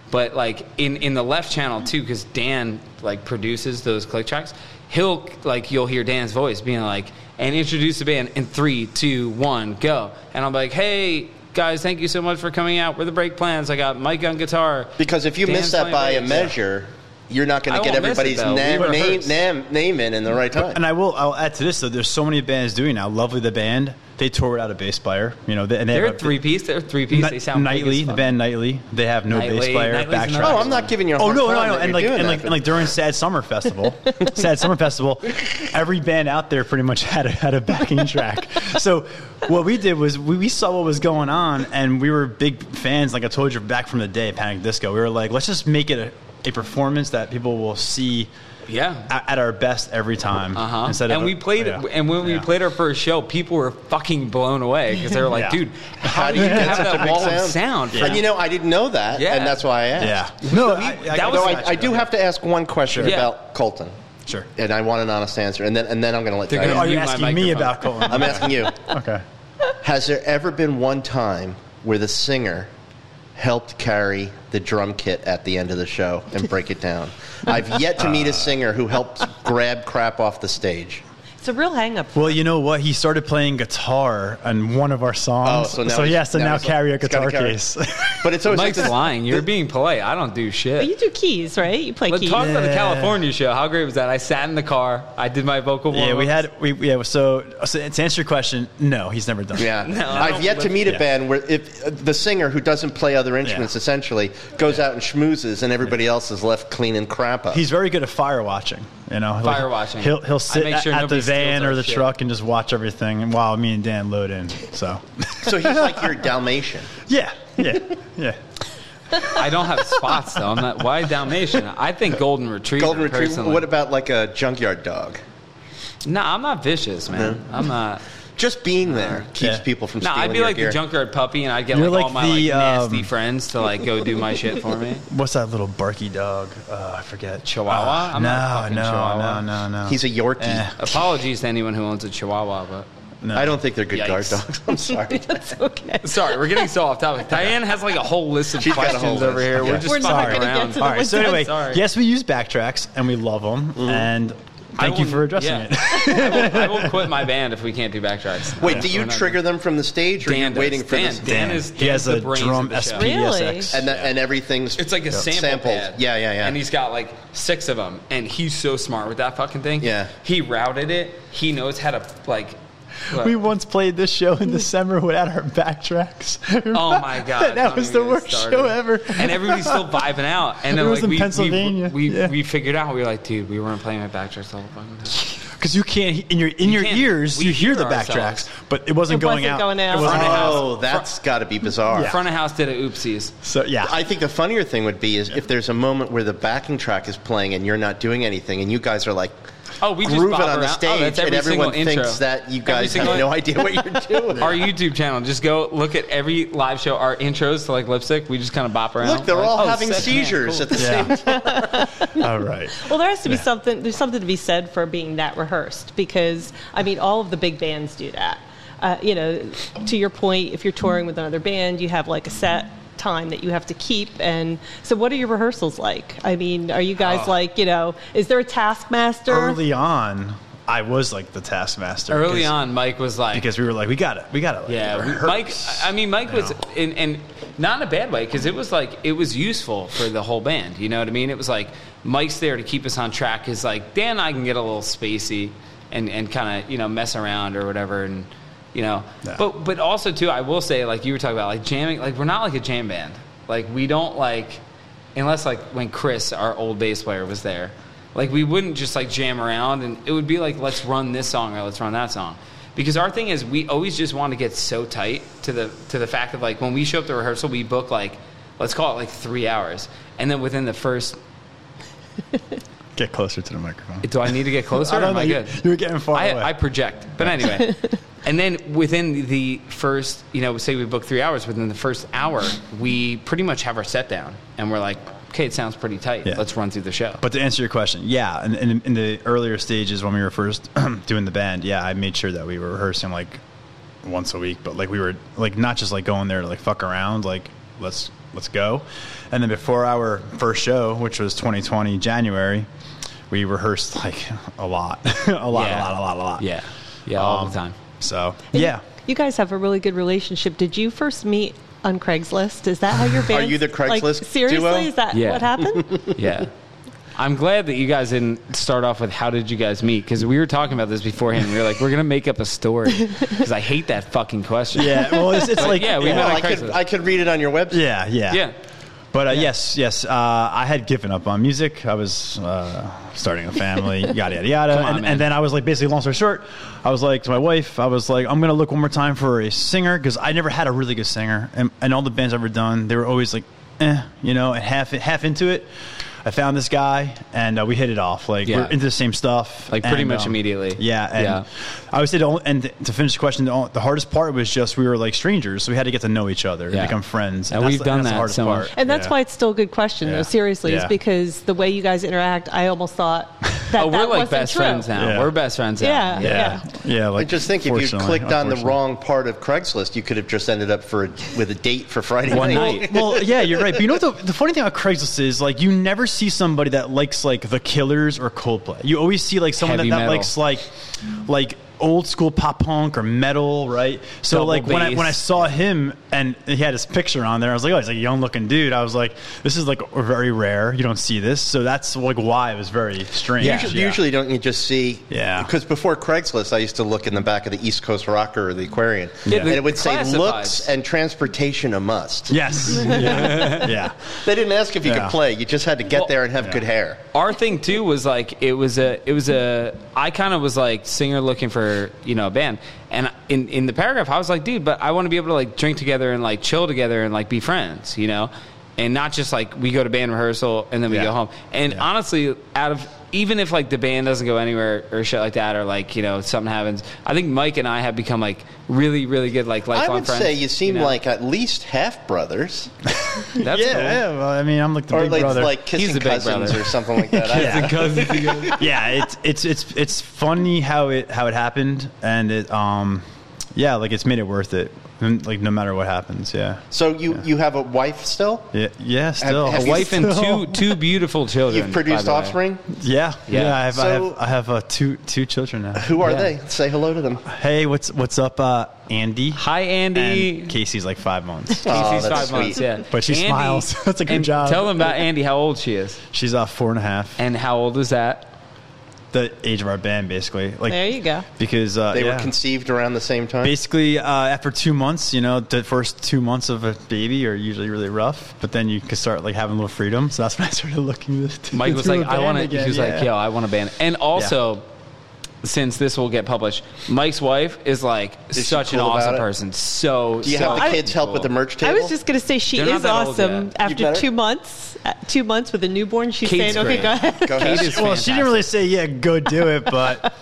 Speaker 2: But like in in the left channel too, because Dan like produces those click tracks. He'll like you'll hear Dan's voice being like and introduce the band in three, two, one, go. And I'm like, hey. Guys, thank you so much for coming out. We're the Break Plans. I got Mike on guitar.
Speaker 3: Because if you
Speaker 2: Dan's
Speaker 3: miss that
Speaker 2: playing
Speaker 3: by a
Speaker 2: bass.
Speaker 3: measure, you're not going
Speaker 2: I
Speaker 3: to get
Speaker 2: won't miss it,
Speaker 3: everybody's
Speaker 2: though.
Speaker 3: name,
Speaker 2: We
Speaker 3: name,
Speaker 2: rehearse.
Speaker 3: name, name in in the right time.
Speaker 4: And I will. I'll add to this though. There's so many bands doing now. Lovely the band. They tour without a bass player. You know, they, and they
Speaker 2: They're
Speaker 4: have a-
Speaker 2: three piece. They're three piece.
Speaker 4: Ni-
Speaker 2: they sound big
Speaker 4: Nightly,
Speaker 2: as
Speaker 4: the
Speaker 2: fuck.
Speaker 4: band Nightly. They have no bass
Speaker 2: Nightly-
Speaker 4: player,
Speaker 2: Nightly's
Speaker 4: back
Speaker 2: another
Speaker 4: track.
Speaker 3: oh, I'm not giving you a
Speaker 4: Oh
Speaker 3: hard
Speaker 4: no,
Speaker 3: time
Speaker 4: no, no!
Speaker 3: that
Speaker 4: And
Speaker 3: you're
Speaker 4: like,
Speaker 3: doing
Speaker 4: and
Speaker 3: that,
Speaker 4: like,
Speaker 3: but-
Speaker 4: and like during Sad Summer Festival, Sad Summer Festival, every band out there pretty much had a, had a backing track. So what we did was we, we saw what was going on, and we were big fans. Like I told you, back from the day, Panic Disco, we were like, let's just make it a, a performance that people will see
Speaker 2: Yeah.
Speaker 4: at, at our best every time.
Speaker 2: Uh-huh.
Speaker 4: Instead
Speaker 2: and
Speaker 4: of
Speaker 2: we played,
Speaker 4: yeah.
Speaker 2: and when we
Speaker 4: Yeah.
Speaker 2: played our first show, people were fucking blown away because they were like,
Speaker 4: Yeah.
Speaker 2: "Dude, how do you
Speaker 3: get
Speaker 2: have
Speaker 3: such a
Speaker 2: that
Speaker 3: big
Speaker 2: wall of sound?" for
Speaker 3: And you know, I didn't know that,
Speaker 2: Yeah.
Speaker 3: and that's why I asked.
Speaker 4: yeah, no,
Speaker 2: we-
Speaker 4: I- I-
Speaker 2: that was-
Speaker 3: Though I, I do have to ask one question
Speaker 2: Sure. Yeah.
Speaker 3: about Colton,
Speaker 4: sure.
Speaker 3: and I want an honest answer, and then and then I'm going to let
Speaker 2: They're
Speaker 3: Diane-
Speaker 4: Are
Speaker 2: gonna-
Speaker 4: you
Speaker 2: Mute my
Speaker 4: asking me
Speaker 2: microphone.
Speaker 4: about Colin?
Speaker 3: I'm asking you.
Speaker 4: Okay.
Speaker 3: Has there ever been one time where the singer helped carry the drum kit at the end of the show and break it down? I've yet to meet a singer who helped grab crap off the stage.
Speaker 1: It's a real hang up.
Speaker 4: Well, you know what? He started playing guitar on one of our songs.
Speaker 2: Oh,
Speaker 3: he's-
Speaker 4: yeah, so now,
Speaker 3: he's like,
Speaker 4: carry a
Speaker 3: he's gotta
Speaker 4: guitar
Speaker 3: carry-
Speaker 4: case.
Speaker 3: But it's always like
Speaker 2: Mike's
Speaker 3: this-
Speaker 2: lying. You're being polite. I don't do shit.
Speaker 1: But you do keys, right? You play
Speaker 2: But
Speaker 1: keys.
Speaker 2: talk about the
Speaker 4: Yeah.
Speaker 2: California show. How great was that? I sat in the car. I did my vocal.
Speaker 4: yeah, we
Speaker 2: warm-ups.
Speaker 4: had we yeah. So, so to answer your question, no, he's never done. it.
Speaker 3: Yeah,
Speaker 2: I
Speaker 3: I've
Speaker 2: don't
Speaker 3: yet to
Speaker 2: live-
Speaker 3: meet a
Speaker 4: yeah.
Speaker 3: band where if uh, the singer who doesn't play other instruments
Speaker 4: Yeah.
Speaker 3: essentially goes out and schmoozes, and everybody else is left cleaning crap up.
Speaker 4: He's very good at fire watching. You know,
Speaker 2: Fire watching.
Speaker 4: He'll
Speaker 2: I
Speaker 4: he'll sit
Speaker 2: make
Speaker 4: at-
Speaker 2: sure
Speaker 4: at the
Speaker 2: nobody steals
Speaker 4: van
Speaker 2: our
Speaker 4: or the
Speaker 2: shit.
Speaker 4: truck and just watch everything. And while me and Dan load in, so
Speaker 3: so he's like your Dalmatian.
Speaker 4: yeah, yeah, yeah.
Speaker 2: I don't have spots though. I'm not. Why Dalmatian? I think Golden Retriever.
Speaker 3: Golden Retriever.
Speaker 2: personally.
Speaker 3: What about like a junkyard dog?
Speaker 2: No, I'm not vicious, man. I'm not.
Speaker 3: Just being there keeps
Speaker 4: Uh, Yeah.
Speaker 3: people from
Speaker 2: No,
Speaker 3: stealing
Speaker 2: I'd be
Speaker 3: your
Speaker 2: like
Speaker 3: gear.
Speaker 2: the junkyard puppy, and I'd get
Speaker 4: You're
Speaker 2: like,
Speaker 4: like
Speaker 2: all my
Speaker 4: the,
Speaker 2: like, nasty
Speaker 4: um,
Speaker 2: friends to like go do my shit for me.
Speaker 4: What's that little barky dog? Uh, I forget.
Speaker 2: Chihuahua?
Speaker 4: Uh,
Speaker 2: I'm
Speaker 4: no,
Speaker 2: not a fucking
Speaker 4: no,
Speaker 2: Chihuahua.
Speaker 4: no, no, no.
Speaker 3: He's a Yorkie.
Speaker 4: Eh,
Speaker 2: Apologies to anyone who owns a Chihuahua, but
Speaker 4: no.
Speaker 3: I don't think they're good guard
Speaker 2: Yikes.
Speaker 3: dogs. I'm sorry.
Speaker 1: That's okay.
Speaker 2: sorry, we're getting so off topic. Diane has like a whole list of
Speaker 3: She's got a
Speaker 2: questions
Speaker 3: whole
Speaker 2: over
Speaker 3: list.
Speaker 2: here.
Speaker 3: Yeah.
Speaker 2: We're just
Speaker 1: We're not
Speaker 2: fucking
Speaker 1: gonna get
Speaker 2: around.
Speaker 1: to
Speaker 4: All right. So anyway,
Speaker 2: Sorry. Mm-hmm.
Speaker 4: yes, we use backtracks and we love them. And thank you for addressing it.
Speaker 2: it. I will, I will quit my band if we can't do backtracks.
Speaker 3: Wait, do
Speaker 2: We're
Speaker 3: you
Speaker 2: not-
Speaker 3: trigger them from the stage, or
Speaker 2: Dan
Speaker 3: you're
Speaker 2: does.
Speaker 3: waiting for
Speaker 2: Dan,
Speaker 3: this?
Speaker 2: Dan is
Speaker 4: he has
Speaker 2: Dan's
Speaker 4: a
Speaker 2: the brains
Speaker 4: drum
Speaker 2: of the show.
Speaker 4: SPSX.
Speaker 1: Really?
Speaker 3: and that, and everything's
Speaker 2: It's like a sample, pad.
Speaker 3: Yeah, yeah, yeah.
Speaker 2: And he's got like six of them, and he's so smart with that fucking thing.
Speaker 3: Yeah.
Speaker 2: he routed it. He knows how to like.
Speaker 4: We once played this show in December without our backtracks.
Speaker 2: Oh my god,
Speaker 4: that
Speaker 2: don't
Speaker 4: was
Speaker 2: even
Speaker 4: the
Speaker 2: get
Speaker 4: worst
Speaker 2: started.
Speaker 4: show ever.
Speaker 2: And everybody's still vibing out. And then
Speaker 4: It was
Speaker 2: like
Speaker 4: in
Speaker 2: we,
Speaker 4: Pennsylvania.
Speaker 2: we we,
Speaker 4: Yeah.
Speaker 2: we figured out we were like, dude, we weren't playing at backtracks all the fucking time.
Speaker 4: Because you can't in your in your
Speaker 2: can't.
Speaker 4: ears
Speaker 2: We
Speaker 4: you hear
Speaker 2: hear
Speaker 4: the
Speaker 2: ourselves.
Speaker 4: backtracks, but it wasn't,
Speaker 1: It wasn't
Speaker 4: going, out.
Speaker 1: going out.
Speaker 4: It wasn't
Speaker 2: Front of house.
Speaker 3: oh, that's got to be bizarre.
Speaker 4: Yeah.
Speaker 2: Front of house did it. Oopsies.
Speaker 4: So yeah,
Speaker 3: I think the funnier thing would be is if there's a moment where the backing track is playing and you're not doing anything, and you guys are like.
Speaker 2: Oh, we just
Speaker 3: grooving
Speaker 2: bop
Speaker 3: on the
Speaker 2: around. Oh,
Speaker 3: stage,
Speaker 2: that's every
Speaker 3: and everyone
Speaker 2: single intro.
Speaker 3: thinks that
Speaker 2: Every
Speaker 3: you guys have
Speaker 2: single-
Speaker 3: no idea what you're doing.
Speaker 2: Our YouTube channel. Just go look at every live show. Our intros to like lipstick. We just kind of bop around.
Speaker 3: Look, they're
Speaker 2: Like,
Speaker 3: all
Speaker 2: oh,
Speaker 3: having
Speaker 2: sick, man,
Speaker 3: seizures
Speaker 2: cool.
Speaker 3: at the same
Speaker 4: yeah. All right.
Speaker 1: Well, there has to be something. There's something to be said for being that rehearsed because I mean, all of the big bands do that. Uh, you know, to your point, if you're touring with another band, you have like a set time that you have to keep. And so, what are your rehearsals like? I mean, are you guys
Speaker 3: Ah.
Speaker 1: like, you know, is there a taskmaster?
Speaker 4: Early on, I was like the taskmaster.
Speaker 2: Early
Speaker 4: because-
Speaker 2: on, Mike was like,
Speaker 4: because we were like, we got it, we got it. Like,
Speaker 2: Yeah, we-
Speaker 4: rehearse.
Speaker 2: Mike. I mean, Mike was, and, and not in a bad way, because it was like it was useful for the whole band. You know what I mean? It was like Mike's there to keep us on track. Is like Dan, and I can get a little spacey and and kind of you know mess around or whatever, and you know.
Speaker 4: Yeah.
Speaker 2: But but also too, I will say like you were talking about like jamming. Like we're not like a jam band. Like we don't like unless like when Chris, our old bass player, was there. Like we wouldn't just like jam around, and it would be like let's run this song or let's run that song, because our thing is we always just want to get so tight to the to the fact of like when we show up to rehearsal, we book like let's call it like three hours, and then within the first,
Speaker 4: get closer to the microphone.
Speaker 2: do I need to get closer?
Speaker 4: I
Speaker 2: or
Speaker 4: don't
Speaker 2: am
Speaker 4: know.
Speaker 2: I
Speaker 4: You,
Speaker 2: good?
Speaker 4: you were getting far away.
Speaker 2: I, I project. But anyway, and then within the first, you know, say we book three hours. Within the first hour, we pretty much have our set down, and we're like, okay, it sounds pretty tight.
Speaker 4: Yeah.
Speaker 2: Let's run through the show.
Speaker 4: But to answer your question, yeah, in, in, in the earlier stages when we were first doing the band, yeah, I made sure that we were rehearsing like once a week, but like we were like not just like going there to like fuck around, like let's let's go. And then before our first show, which was 2020 January, we rehearsed like a lot, a lot, a
Speaker 2: Yeah.
Speaker 4: lot, a lot, a lot.
Speaker 2: yeah, yeah, all
Speaker 4: Um,
Speaker 2: the time.
Speaker 4: So
Speaker 1: And
Speaker 4: yeah,
Speaker 1: you, you guys have a really good relationship. Did you first meet on Craigslist? Is that how your band?
Speaker 3: you the Craigslist
Speaker 1: seriously,
Speaker 3: duo?
Speaker 1: is that
Speaker 2: Yeah.
Speaker 1: what happened?
Speaker 2: Yeah. I'm glad that you guys didn't start off with how did you guys meet because we were talking about this beforehand. We were like, we're gonna make up a story because I hate that fucking question.
Speaker 4: yeah. Well, it's, it's
Speaker 2: But
Speaker 4: like
Speaker 2: yeah, we met
Speaker 3: Well,
Speaker 2: on
Speaker 3: I could
Speaker 2: Craigslist.
Speaker 3: I could read it on your website.
Speaker 4: Yeah, yeah,
Speaker 2: Yeah.
Speaker 4: But uh, yes, yes, uh, I had given up on music. I was uh, starting a family, yada yada yada,
Speaker 2: Come on,
Speaker 4: and,
Speaker 2: man.
Speaker 4: and then I was like, basically, long story short, I was like to my wife, I was like, I'm gonna look one more time for a singer because I never had a really good singer, and, and all the bands I've ever done, they were always like, eh, you know, and half half into it. I found this guy, and uh, we hit it off. Like
Speaker 2: Yeah.
Speaker 4: we're into the same stuff,
Speaker 2: Like, pretty
Speaker 4: and, um,
Speaker 2: much immediately.
Speaker 4: Yeah, and
Speaker 2: Yeah.
Speaker 4: I would say, the only, and to finish the question, the, on- the hardest part was just we were like strangers, so we had to get to know each other
Speaker 2: Yeah.
Speaker 4: and become friends.
Speaker 2: And
Speaker 4: that's
Speaker 2: we've
Speaker 4: the-
Speaker 2: done
Speaker 4: that's the
Speaker 2: that
Speaker 4: hardest
Speaker 2: so much.
Speaker 4: part.
Speaker 1: And that's
Speaker 4: Yeah.
Speaker 1: why it's still a good question,
Speaker 4: Yeah.
Speaker 1: though. Seriously, is
Speaker 4: Yeah.
Speaker 1: because the way you guys interact, I almost thought that
Speaker 2: oh, we're
Speaker 1: that
Speaker 2: like
Speaker 1: wasn't
Speaker 2: best
Speaker 1: true.
Speaker 2: friends now.
Speaker 4: Yeah.
Speaker 2: We're best friends now.
Speaker 1: Yeah.
Speaker 4: Yeah. Yeah.
Speaker 3: I
Speaker 4: like,
Speaker 3: just think if you
Speaker 4: fortunately,
Speaker 3: clicked on the
Speaker 4: unfortunately.
Speaker 3: wrong part of Craigslist, you could have just ended up for a, with a date for Friday
Speaker 2: One
Speaker 3: night.
Speaker 2: night.
Speaker 4: well, yeah, you're right. But you know what the, the funny thing about Craigslist is like you never see somebody that likes like the Killers or Coldplay. You always see like someone that,
Speaker 2: Heavy
Speaker 4: that
Speaker 2: metal.
Speaker 4: likes like like old school pop punk or metal, right? So
Speaker 2: Double
Speaker 4: like when I
Speaker 2: bass.
Speaker 4: when I saw him and he had his picture on there, I was like, oh, he's like a young looking dude. I was like, this is like very rare. You don't see this, so that's like why it was very strange.
Speaker 3: Usually,
Speaker 4: Yeah.
Speaker 3: usually, don't you just see?
Speaker 4: Yeah.
Speaker 3: Because before Craigslist, I used to look in the back of the East Coast Rocker or the Aquarian,
Speaker 2: Yeah,
Speaker 3: and
Speaker 2: the
Speaker 3: it would say
Speaker 2: classifieds.
Speaker 3: looks and transportation a must.
Speaker 4: Yes. Yeah. yeah.
Speaker 3: They didn't ask if you
Speaker 4: Yeah.
Speaker 3: could play; you just had to get
Speaker 2: Well-
Speaker 3: there and have good hair.
Speaker 2: our thing too was like it was a it was a I kind of was like singer looking for you know a band and in in the paragraph I was like dude but I want to be able to like drink together and like chill together and like be friends you know and not just like we go to band rehearsal and then we
Speaker 4: Yeah.
Speaker 2: go home and
Speaker 4: Yeah.
Speaker 2: honestly out of even if like the band doesn't go anywhere or shit like that or like you know something happens I think Mike and I have become like really really good like
Speaker 3: I
Speaker 2: lifelong
Speaker 3: would
Speaker 2: friends
Speaker 3: say you seem
Speaker 2: know?
Speaker 3: like at least half brothers,
Speaker 2: that's
Speaker 4: yeah, yeah, Well, I mean, I'm like the
Speaker 3: or
Speaker 4: big
Speaker 3: like,
Speaker 4: brother.
Speaker 3: like
Speaker 2: He's
Speaker 3: kissing
Speaker 2: the big
Speaker 3: cousins
Speaker 2: brother.
Speaker 3: or something like that. I-
Speaker 4: Yeah.
Speaker 2: cool.
Speaker 4: yeah, it's it's it's it's funny how it how it happened, and it um, yeah, like it's made it worth it. And, Like no matter what happens, yeah,
Speaker 3: So you you have a wife still?
Speaker 4: yeah, yeah. Still,
Speaker 3: have
Speaker 2: a wife and two two beautiful children
Speaker 3: You've
Speaker 2: by
Speaker 3: produced
Speaker 2: the way.
Speaker 3: offspring.
Speaker 4: Yeah, yeah.
Speaker 2: Yeah.
Speaker 4: I have
Speaker 3: So-
Speaker 4: I have I have uh, two two children now.
Speaker 3: Who are
Speaker 2: Yeah.
Speaker 3: they? Say hello to them.
Speaker 4: Hey, what's what's up, uh, Andy?
Speaker 2: Hi, Andy.
Speaker 4: And Casey's like five months.
Speaker 3: Aw,
Speaker 2: Casey's
Speaker 3: Oh, that's
Speaker 2: five
Speaker 3: sweet.
Speaker 2: months, yeah.
Speaker 4: But she smiles. That's a good
Speaker 2: and
Speaker 4: job.
Speaker 2: Tell them about Andy how old she is.
Speaker 4: She's uh, four and a half.
Speaker 2: And how old is that?
Speaker 4: The age of our band, basically. Like
Speaker 1: There you go.
Speaker 4: because uh,
Speaker 3: They were
Speaker 4: yeah.
Speaker 3: conceived around the same time.
Speaker 4: basically uh, after two months you know the first two months of a baby are usually really rough but then you can start like having a little freedom so that's when i started looking this to
Speaker 2: Mike was
Speaker 4: to a
Speaker 2: like, I
Speaker 4: band
Speaker 2: want to.
Speaker 4: again,
Speaker 2: He was
Speaker 4: yeah.
Speaker 2: like, yo, I want to ban. And also, since this will get published, Mike's wife is like
Speaker 3: she
Speaker 2: such an
Speaker 3: cool about
Speaker 2: awesome
Speaker 3: it?
Speaker 2: person. So
Speaker 3: Do you
Speaker 2: so
Speaker 3: have the
Speaker 1: I-
Speaker 3: kids help with the merch table?
Speaker 1: I was just going to say she
Speaker 2: They're not
Speaker 1: is
Speaker 2: that old
Speaker 1: awesome.
Speaker 2: yet.
Speaker 3: met
Speaker 1: After
Speaker 3: her?
Speaker 1: two months, uh, two months with a newborn, she's
Speaker 2: Kate's
Speaker 1: saying,
Speaker 2: great.
Speaker 1: "Okay, go ahead."
Speaker 3: Go ahead.
Speaker 2: Kate is
Speaker 4: well she didn't really say yeah go do it but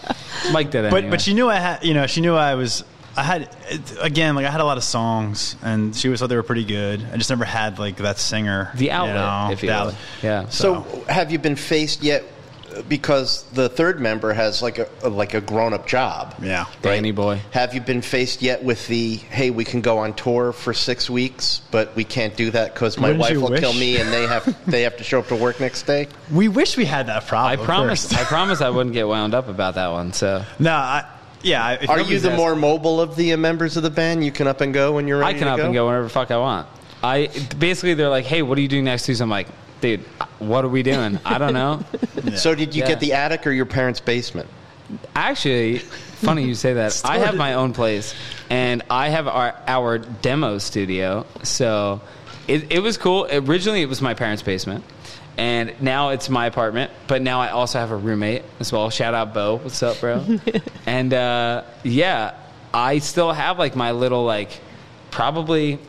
Speaker 2: Mike did it.
Speaker 4: but but she knew i had you know she knew i was i had it- again like i had a lot of songs and she always thought they were pretty good i just never had like that singer
Speaker 2: The outlet, if you
Speaker 4: the
Speaker 2: will.
Speaker 4: outlet.
Speaker 2: Yeah.
Speaker 3: So, have you been faced yet? Because the third member has like a, like a grown up job.
Speaker 4: yeah
Speaker 2: Danny boy.
Speaker 3: Have you been faced yet with the hey, we can go on tour for six weeks, but we can't do that because my
Speaker 4: Wouldn't
Speaker 3: wife
Speaker 4: you
Speaker 3: will kill
Speaker 4: wish?
Speaker 3: me and they have they have to show up to work next day?
Speaker 4: we wish we had that problem
Speaker 2: I
Speaker 4: of
Speaker 2: promise.
Speaker 4: course.
Speaker 2: I promise I wouldn't get wound up about that one. So
Speaker 4: no i yeah I- if
Speaker 3: Are you
Speaker 4: nobody's
Speaker 3: the
Speaker 4: asked-
Speaker 3: more mobile of the uh, members of the band? You can up and go when you're
Speaker 2: I
Speaker 3: ready.
Speaker 2: can
Speaker 3: to
Speaker 2: up and go whenever the fuck I want. I basically they're like, hey, what are you doing next Tuesday? I'm like, dude, what are we doing? I don't know.
Speaker 3: So, did you
Speaker 2: Yeah.
Speaker 3: get the attic or your parents' basement?
Speaker 2: Actually, funny you say that. I have my own place, and I have our our demo studio. So it, it was cool. Originally, it was my parents' basement, and now it's my apartment. But now I also have a roommate as well. Shout out Bo. What's up, bro? and uh, yeah, I still have like my little like probably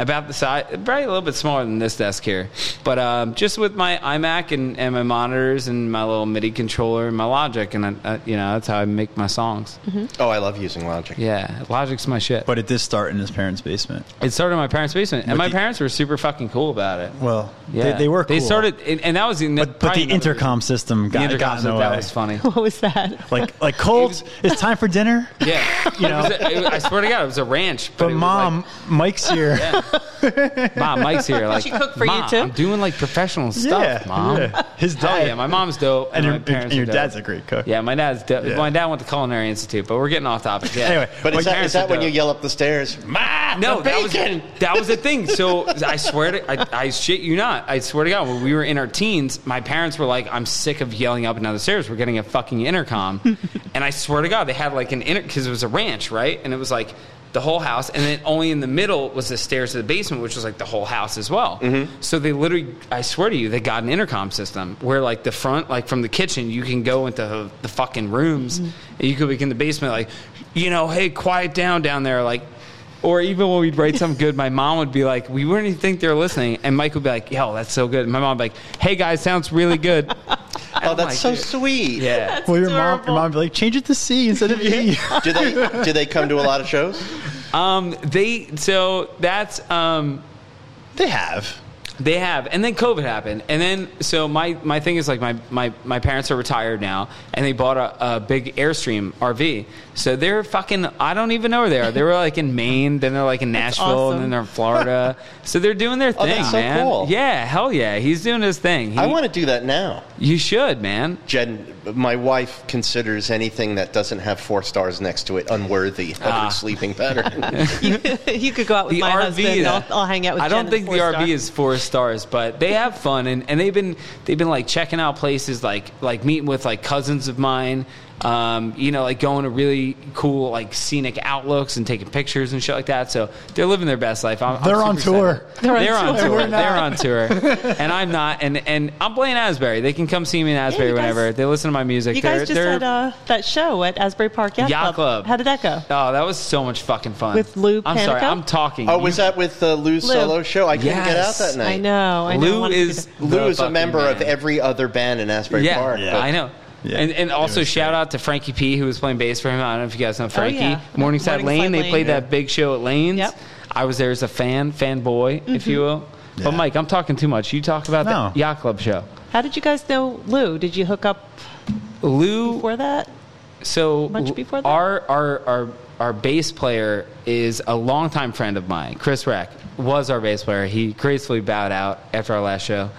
Speaker 2: about the size, probably a little bit smaller than this desk here. But um, just with my iMac and, and my monitors and my little MIDI controller and my Logic, and I, I, you know that's how I make my songs.
Speaker 1: Mm-hmm.
Speaker 3: Oh, I love using Logic.
Speaker 2: Yeah, Logic's my shit. But
Speaker 4: but it did start in his parents basement
Speaker 2: it started in my parents' basement, and
Speaker 4: But
Speaker 2: my
Speaker 4: the-
Speaker 2: parents were super fucking cool about it.
Speaker 4: Well,
Speaker 2: yeah,
Speaker 4: they, they were.
Speaker 2: They
Speaker 4: cool.
Speaker 2: started, and, and that was in
Speaker 4: but, but the intercom system
Speaker 2: The
Speaker 4: got,
Speaker 2: intercom
Speaker 4: got in the
Speaker 2: that
Speaker 4: way.
Speaker 2: was funny.
Speaker 1: what was that?
Speaker 4: Like, like Colt, it's time for dinner.
Speaker 2: Yeah,
Speaker 4: You know?
Speaker 2: It was a- it was- I swear to God, it was a ranch.
Speaker 4: But
Speaker 2: it was
Speaker 4: mom, Mike's here.
Speaker 2: like, mom, Mike's here. Like,
Speaker 1: she cook for you,
Speaker 2: "Mom,
Speaker 1: too?"
Speaker 2: I'm doing like professional stuff,
Speaker 4: Yeah,
Speaker 2: mom.
Speaker 4: yeah. His
Speaker 2: Hell
Speaker 4: dad-
Speaker 2: yeah, my mom's dope,
Speaker 4: and,
Speaker 2: and,
Speaker 4: your,
Speaker 2: my parents.
Speaker 4: and your
Speaker 2: are dope.
Speaker 4: dad's a great cook.
Speaker 2: Yeah, my dad's. Do-
Speaker 4: Yeah.
Speaker 2: My dad went to culinary institute, but we're getting off topic. Yeah.
Speaker 4: Anyway,
Speaker 3: But
Speaker 4: Well,
Speaker 3: is that,
Speaker 2: parents
Speaker 3: is that
Speaker 2: are
Speaker 3: when you
Speaker 2: dope.
Speaker 3: yell up the stairs? Ma,
Speaker 2: Ah, No,
Speaker 3: the
Speaker 2: that was
Speaker 3: bacon!
Speaker 2: that was the thing. So I swear to I, I shit you not. I swear to God, when we were in our teens, my parents were like, "I'm sick of yelling up and down the stairs. We're getting a fucking intercom," and I swear to God, they had like an inter because it was a ranch, right? And it was like the whole house, and then only in the middle was the stairs to the basement, which was like the whole house as well.
Speaker 3: Mm-hmm.
Speaker 2: So they literally, I swear to you, they got an intercom system where like the front, like from the kitchen, you can go into the fucking rooms,
Speaker 3: Mm-hmm.
Speaker 2: and you could be in the basement, like, you know, hey, quiet down down there, like. Or even when we'd write something good, my mom would be like, "We wouldn't even think they're listening," and Mike would be like, "Yo, that's so good." And my mom would be like, "Hey guys, sounds really good."
Speaker 3: Oh, that's so sweet.
Speaker 2: yeah.
Speaker 4: Well, your mom, your
Speaker 1: adorable.
Speaker 4: mom would be like, change it to C instead of E.
Speaker 3: Do they do they come to a lot of shows?
Speaker 2: Um, they so that's um,
Speaker 4: they have.
Speaker 2: They have, and then COVID happened, and then so my, my thing is like my, my, my parents are retired now, and they bought a, a big Airstream RV. So they're fucking I don't even know where they are. They were like in Maine, then they're like in
Speaker 1: That's
Speaker 2: Nashville,
Speaker 1: awesome.
Speaker 2: and then they're in Florida. so they're doing their
Speaker 3: Oh,
Speaker 2: thing,
Speaker 3: that's so
Speaker 2: man.
Speaker 3: cool.
Speaker 2: Yeah, hell yeah, he's doing his thing. He-
Speaker 3: I want to do that now.
Speaker 2: you should, man.
Speaker 3: Jen, my wife considers anything that doesn't have four stars next to it unworthy of
Speaker 2: Ah.
Speaker 3: its sleeping pattern.
Speaker 1: You, you could go out with
Speaker 2: the
Speaker 1: my
Speaker 2: RV.
Speaker 1: husband. and I'll, I'll hang out with.
Speaker 2: I
Speaker 1: Jen
Speaker 2: don't
Speaker 1: at
Speaker 2: think
Speaker 1: four
Speaker 2: the
Speaker 1: star.
Speaker 2: RV is four stars, but they have fun and, and they've been they've been like checking out places like like meeting with like cousins of mine. Um, you know, like going to really cool like scenic outlooks and taking pictures and shit like that. So they're living their best life. I'm, I'm
Speaker 5: They're on
Speaker 2: super
Speaker 5: tour.
Speaker 2: excited.
Speaker 1: They're on
Speaker 2: They're on
Speaker 1: tour.
Speaker 2: tour.
Speaker 5: We're not.
Speaker 2: They're on tour, and I'm not. And and I'm playing Asbury. They can come see me in Asbury
Speaker 1: you guys-
Speaker 2: whenever they listen to my music.
Speaker 1: You
Speaker 2: they're,
Speaker 1: guys just
Speaker 2: they're,
Speaker 1: had uh, that show at Asbury Park Yacht, Club.
Speaker 2: Yacht Club.
Speaker 1: How did that go?
Speaker 2: Oh, that was so much fucking fun.
Speaker 1: With Lou
Speaker 2: I'm sorry,
Speaker 1: Panico?
Speaker 2: I'm talking.
Speaker 3: oh,
Speaker 2: You-
Speaker 3: was that with uh, Lou's
Speaker 1: Lou.
Speaker 3: solo show? I couldn't get
Speaker 2: Yes.
Speaker 3: out that night.
Speaker 1: I know. I know. I
Speaker 2: Lou
Speaker 1: wanted to do
Speaker 2: is
Speaker 1: that.
Speaker 3: Lou
Speaker 2: the
Speaker 3: is a
Speaker 2: fucking
Speaker 3: member of
Speaker 2: man.
Speaker 3: every other band in Asbury
Speaker 2: yeah,
Speaker 3: Park.
Speaker 4: Yeah.
Speaker 3: but
Speaker 2: I know.
Speaker 4: Yeah.
Speaker 2: And, and
Speaker 4: It
Speaker 2: also
Speaker 4: was
Speaker 2: shout
Speaker 4: great.
Speaker 2: out to Frankie P, who was playing bass for him. I don't know if you guys know Frankie.
Speaker 1: yeah.
Speaker 2: Morningside,
Speaker 1: Morningside
Speaker 2: Lane. They
Speaker 1: Lane.
Speaker 2: played that big show at Lane's.
Speaker 1: Yep.
Speaker 2: I was there as a fan, fanboy, if you will. But
Speaker 4: Yeah.
Speaker 2: Mike, I'm talking too much. You talk about
Speaker 4: No.
Speaker 2: the yacht club show.
Speaker 1: How did you guys know Lou? Did you hook up
Speaker 2: Lou
Speaker 1: before that?
Speaker 2: So
Speaker 1: Much before that?
Speaker 2: our our our our bass player is a longtime friend of mine. Chris Rack was our bass player. He gracefully bowed out after our last show,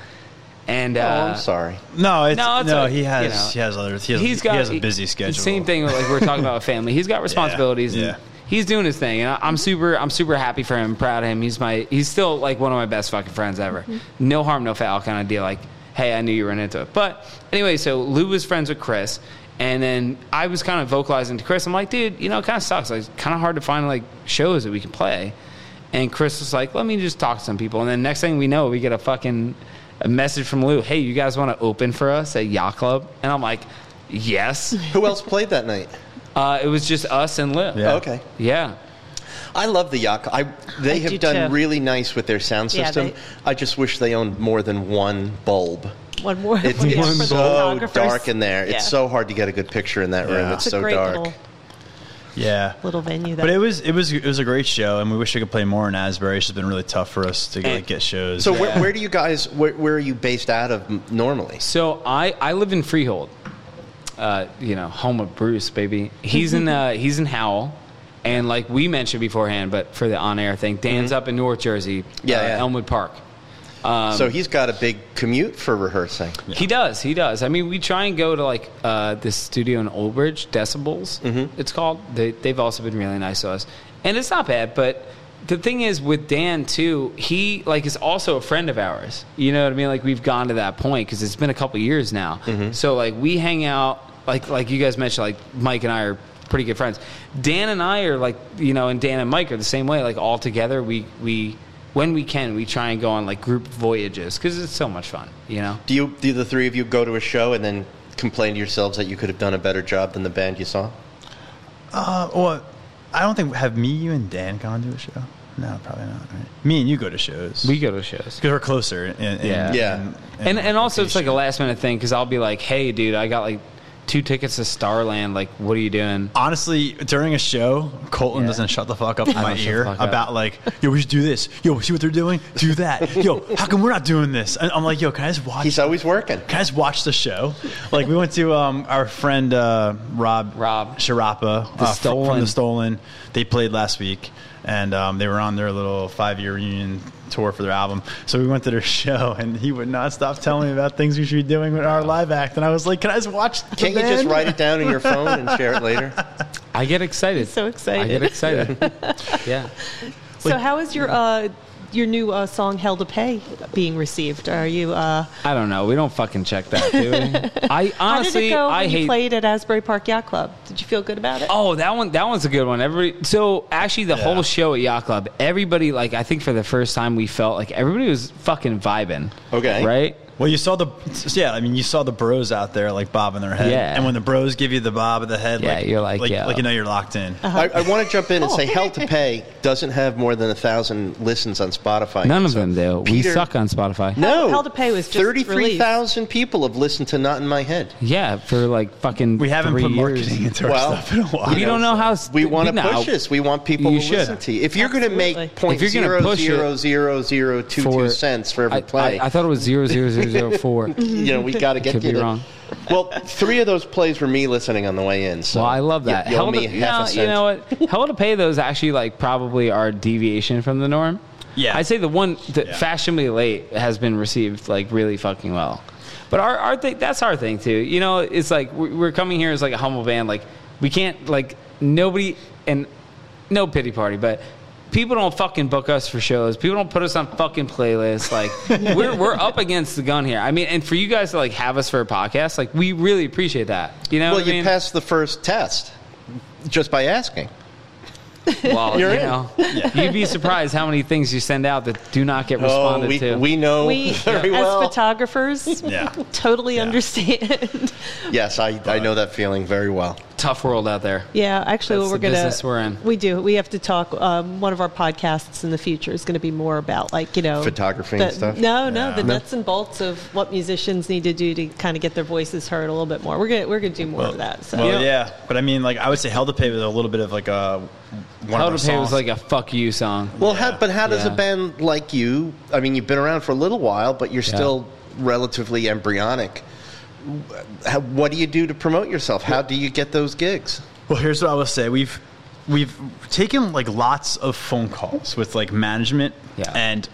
Speaker 2: and
Speaker 3: Oh,
Speaker 2: uh,
Speaker 3: I'm sorry.
Speaker 4: No, it's,
Speaker 2: No,
Speaker 4: no,
Speaker 2: it's a-
Speaker 4: he has
Speaker 2: you know.
Speaker 4: he has other he has,
Speaker 2: he's got e,
Speaker 4: he has a busy schedule.
Speaker 2: Same thing, like we're talking about with family. He's got responsibilities.
Speaker 4: Yeah.
Speaker 2: And He's doing his thing, and I- I'm super. I'm super happy for him. Proud of him. He's my. He's still like one of my best fucking friends ever. No harm, no foul kind of deal. Like, hey, I knew you were into it. But anyway, so Lou was friends with Chris, and then I was kind of vocalizing to Chris. I'm like, dude, you know, it kind of sucks. Like, it's kind of hard to find like shows that we can play. And Chris was like, let me just talk to some people. And then next thing we know, we get a fucking a message from Lou. Hey, you guys want to open for us at Yacht Club? And I'm like, yes.
Speaker 3: Who else played that night?
Speaker 2: Uh, it was just us and Lou.
Speaker 4: Yeah.
Speaker 3: Oh, okay.
Speaker 2: Yeah.
Speaker 3: I love the Yacht. I, they
Speaker 1: do
Speaker 3: have done
Speaker 1: too.
Speaker 3: really nice with their sound
Speaker 1: Yeah,
Speaker 3: system.
Speaker 1: they-
Speaker 3: I just wish they owned more than one bulb.
Speaker 1: One more.
Speaker 3: It's,
Speaker 1: one
Speaker 3: it's
Speaker 1: more for the
Speaker 3: so
Speaker 1: photographers.
Speaker 3: dark in there.
Speaker 1: Yeah.
Speaker 3: It's so hard to get a good picture in that room.
Speaker 4: Yeah.
Speaker 3: It's,
Speaker 1: It's a
Speaker 3: so
Speaker 1: great
Speaker 3: dark.
Speaker 1: little,
Speaker 4: Yeah.
Speaker 1: little venue. That
Speaker 4: But it was it was it was a great show, and we wish we could play more in Asbury. It's just been really tough for us to like, get shows.
Speaker 3: So where, where do you guys? Where, where are you based out of m- normally?
Speaker 2: So I, I live in Freehold, uh, you know, home of Bruce, baby. He's in uh, he's in Howell, and like we mentioned beforehand, but for the on air thing, Dan's up in North Jersey,
Speaker 3: Mm-hmm. Yeah,
Speaker 2: uh,
Speaker 3: yeah.
Speaker 2: Elmwood Park.
Speaker 3: so he's got a big commute for rehearsing.
Speaker 2: He does. He does. I mean, we try and go to like uh, this studio in Old Bridge, Decibels. It's called. They, they've also been really nice to us, and it's not bad. But the thing is, with Dan too, he like is also a friend of ours. You know what I mean? Like we've gone to that point because it's been a couple years now. So like we hang out. Like like you guys mentioned, like Mike and I are pretty good friends. Dan and I are like you know, and Dan and Mike are the same way. Like all together, we we. When we can, we try and go on like group voyages because it's so much fun, you know.
Speaker 3: Do you? Do the three of you go to a show and then complain to yourselves that you could have done a better job than the band you saw?
Speaker 4: Uh, well, I don't think have me, you, and Dan gone to a show. No, probably not. Right? Me and you go to shows.
Speaker 2: We go to shows.
Speaker 4: because we're closer. And, and,
Speaker 2: Yeah.
Speaker 3: Yeah.
Speaker 4: and-
Speaker 2: And and also it's like a last minute thing because I'll be like, hey, dude, I got like two tickets to Starland. Like, what are you doing?
Speaker 4: Honestly, during a show, Colton
Speaker 2: Yeah.
Speaker 4: doesn't shut the fuck up in
Speaker 2: I
Speaker 4: my
Speaker 2: don't shut
Speaker 4: ear
Speaker 2: the fuck up.
Speaker 4: about like, yo, we should do this. Yo, see what they're doing? Do that. Yo, how come we're not doing this? And I'm like, yo, can I just watch?
Speaker 3: He's always working.
Speaker 4: Can I just watch the show? Like we went to um, our friend uh, Rob
Speaker 2: Rob.
Speaker 4: Sharapa
Speaker 2: The
Speaker 4: uh, fr-
Speaker 2: Stolen.
Speaker 4: from the Stolen. They played last week, and um, they were on their little five-year reunion tour for their album. So we went to their show, and he would not stop telling me about things we should be doing with our live act. And I was like, "Can I just watch?" The
Speaker 3: Can't you just
Speaker 4: band?"
Speaker 3: write it down in your phone and share it later?
Speaker 2: I get excited.
Speaker 1: so excited.
Speaker 2: I get excited. yeah.
Speaker 1: so how is your uh, your new uh, song "Hell to Pay" being received? Are you? Uh,
Speaker 2: I don't know. We don't fucking check that, do we? I
Speaker 1: how did
Speaker 2: honestly,
Speaker 1: it go when
Speaker 2: I
Speaker 1: you
Speaker 2: hate.
Speaker 1: played at Asbury Park Yacht Club? Did you feel good about it?
Speaker 2: Oh, that one. That one's a good one. Everybody. So actually, the whole show at Yacht Club, everybody like I think for the first time we felt like everybody was fucking vibing.
Speaker 3: Okay.
Speaker 2: Right.
Speaker 4: Well, you saw the yeah. I mean, you saw the bros out there like bobbing their head.
Speaker 2: Yeah.
Speaker 4: And when the bros give you the bob of the head,
Speaker 2: Yeah,
Speaker 4: like
Speaker 2: you're like,
Speaker 4: like,
Speaker 2: yo.
Speaker 4: you know you're locked in.
Speaker 3: I, I want to jump
Speaker 1: Oh.
Speaker 3: in and say Hell to Pay doesn't have more than a thousand listens on Spotify.
Speaker 2: None of
Speaker 3: So
Speaker 2: them do. we
Speaker 3: Peter-
Speaker 2: suck on Spotify.
Speaker 3: No,
Speaker 1: Hell to Pay was just
Speaker 3: thirty-three
Speaker 1: released.
Speaker 3: thousand people have listened to "Not in My Head."
Speaker 2: Yeah, for like fucking.
Speaker 4: We haven't
Speaker 2: three
Speaker 4: put
Speaker 2: years.
Speaker 4: marketing into our
Speaker 3: Well,
Speaker 4: stuff in a while.
Speaker 2: We don't know how.
Speaker 3: We want to
Speaker 2: no.
Speaker 3: push this. We want people
Speaker 2: You
Speaker 3: to
Speaker 2: should.
Speaker 3: listen to you. If you're going to make
Speaker 1: Absolutely.
Speaker 3: point
Speaker 2: If you're
Speaker 3: zero
Speaker 2: gonna push it
Speaker 3: zero zero zero two two
Speaker 2: for-
Speaker 3: cents for every
Speaker 2: I,
Speaker 3: play,
Speaker 2: I, I thought it was zero zero zero zero four.
Speaker 3: you know we got to get
Speaker 2: Could
Speaker 3: you
Speaker 2: be
Speaker 3: there.
Speaker 2: wrong.
Speaker 3: Well, three of those plays were me listening on the way in. So
Speaker 2: Well, I love that.
Speaker 3: You, you owe
Speaker 2: Hell to,
Speaker 3: me half
Speaker 2: no,
Speaker 3: a cent.
Speaker 2: you know what? Hell to pay those actually like probably are deviation from the norm.
Speaker 4: Yeah.
Speaker 2: I'd say the one that
Speaker 4: Yeah.
Speaker 2: fashionably late has been received like really fucking well. But our, our thing, that's our thing too. You know, it's like we- we're coming here as like a humble band. Like we can't like nobody and no pity party, but people don't fucking book us for shows. People don't put us on fucking playlists. Like we're we're up against the gun here. I mean, and for you guys to like have us for a podcast, like we really appreciate that. You know,
Speaker 3: well,
Speaker 2: what I
Speaker 3: you
Speaker 2: mean?
Speaker 3: passed the first test just by asking.
Speaker 2: Well,
Speaker 3: You're
Speaker 2: you
Speaker 3: in.
Speaker 2: know, you'd be surprised how many things you send out that do not get
Speaker 3: Oh,
Speaker 2: responded
Speaker 3: we,
Speaker 2: to.
Speaker 3: we know
Speaker 1: We,
Speaker 3: very
Speaker 1: as
Speaker 3: well.
Speaker 1: photographers,
Speaker 4: Yeah.
Speaker 1: totally
Speaker 4: Yeah.
Speaker 1: understand.
Speaker 3: yes, I, I know that feeling very well.
Speaker 2: Tough world out there.
Speaker 1: yeah, actually,
Speaker 2: That's
Speaker 1: what we're
Speaker 2: the
Speaker 1: gonna
Speaker 2: business we're in.
Speaker 1: we do we have to talk. Um, one of our podcasts in the future is going to be more about like you know
Speaker 3: Photography
Speaker 1: the,
Speaker 3: and stuff?
Speaker 1: No, no,
Speaker 4: Yeah.
Speaker 1: the
Speaker 4: No.
Speaker 1: nuts and bolts of what musicians need to do to kind of get their voices heard a little bit more. We're gonna we're gonna do more of that. So
Speaker 4: Well,
Speaker 2: Yeah.
Speaker 4: yeah, but I mean, like I would say, Hell to Pay was a little bit of like a one
Speaker 2: How
Speaker 4: of
Speaker 2: to
Speaker 4: our
Speaker 2: Pay was
Speaker 4: songs.
Speaker 2: like a fuck you song.
Speaker 3: Well,
Speaker 4: Yeah.
Speaker 3: how, but how does a
Speaker 2: Yeah.
Speaker 3: band like you? I mean, you've been around for a little while, but you're
Speaker 2: Yeah.
Speaker 3: still relatively embryonic. How, what do you do to promote yourself? How do you get those gigs?
Speaker 4: Well, here's what I will say: we've we've taken like lots of phone calls with like management
Speaker 2: Yeah.
Speaker 4: and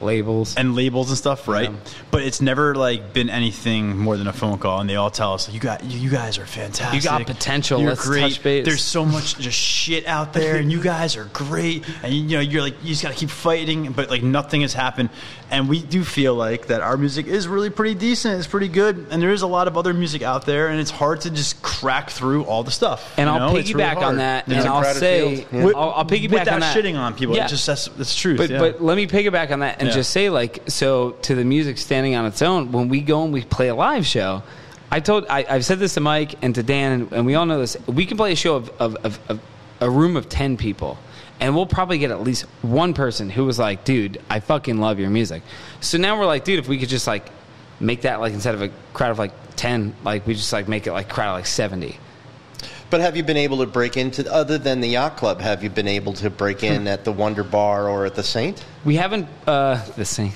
Speaker 2: Labels.
Speaker 4: and labels and stuff, right? But it's never like been anything more than a phone call, and they all tell us, "You got, you guys are fantastic.
Speaker 2: You got potential.
Speaker 4: You're
Speaker 2: Let's
Speaker 4: great.
Speaker 2: touch base."
Speaker 4: There's so much just shit out there, and you guys are great. And you know, you're like, you just got to keep fighting, but like nothing has happened. And we do feel like that our music is really pretty decent. It's pretty good, and there is a lot of other music out there, and it's hard to just crack through all the stuff.
Speaker 2: and
Speaker 4: you
Speaker 2: I'll
Speaker 4: know? It's really
Speaker 2: piggyback on
Speaker 4: hard.
Speaker 2: that,
Speaker 4: Yeah.
Speaker 2: and
Speaker 3: a
Speaker 2: I'll
Speaker 3: crowded
Speaker 2: say,
Speaker 3: field.
Speaker 2: I'll, I'll piggyback
Speaker 4: without
Speaker 2: on that.
Speaker 4: shitting on people.
Speaker 2: Yeah.
Speaker 4: It's just that's that's truth.
Speaker 2: But
Speaker 4: yeah.
Speaker 2: but let me piggyback on that and
Speaker 4: Yeah.
Speaker 2: just say like so to the music standing on its own. When we go and we play a live show, I told I, I've said this to Mike and to Dan, and, and we all know this. We can play a show of, of, of, of a room of ten people, and we'll probably get at least one person who was like, "Dude, I fucking love your music." So now we're like, "Dude, if we could just like make that like instead of a crowd of like ten, like we just like make it like crowd of like seventy.
Speaker 3: But have you been able to break into other than the yacht club? Have you been able to
Speaker 2: Hmm.
Speaker 3: break in at the Wonder Bar or at the Saint?
Speaker 2: We haven't uh the same.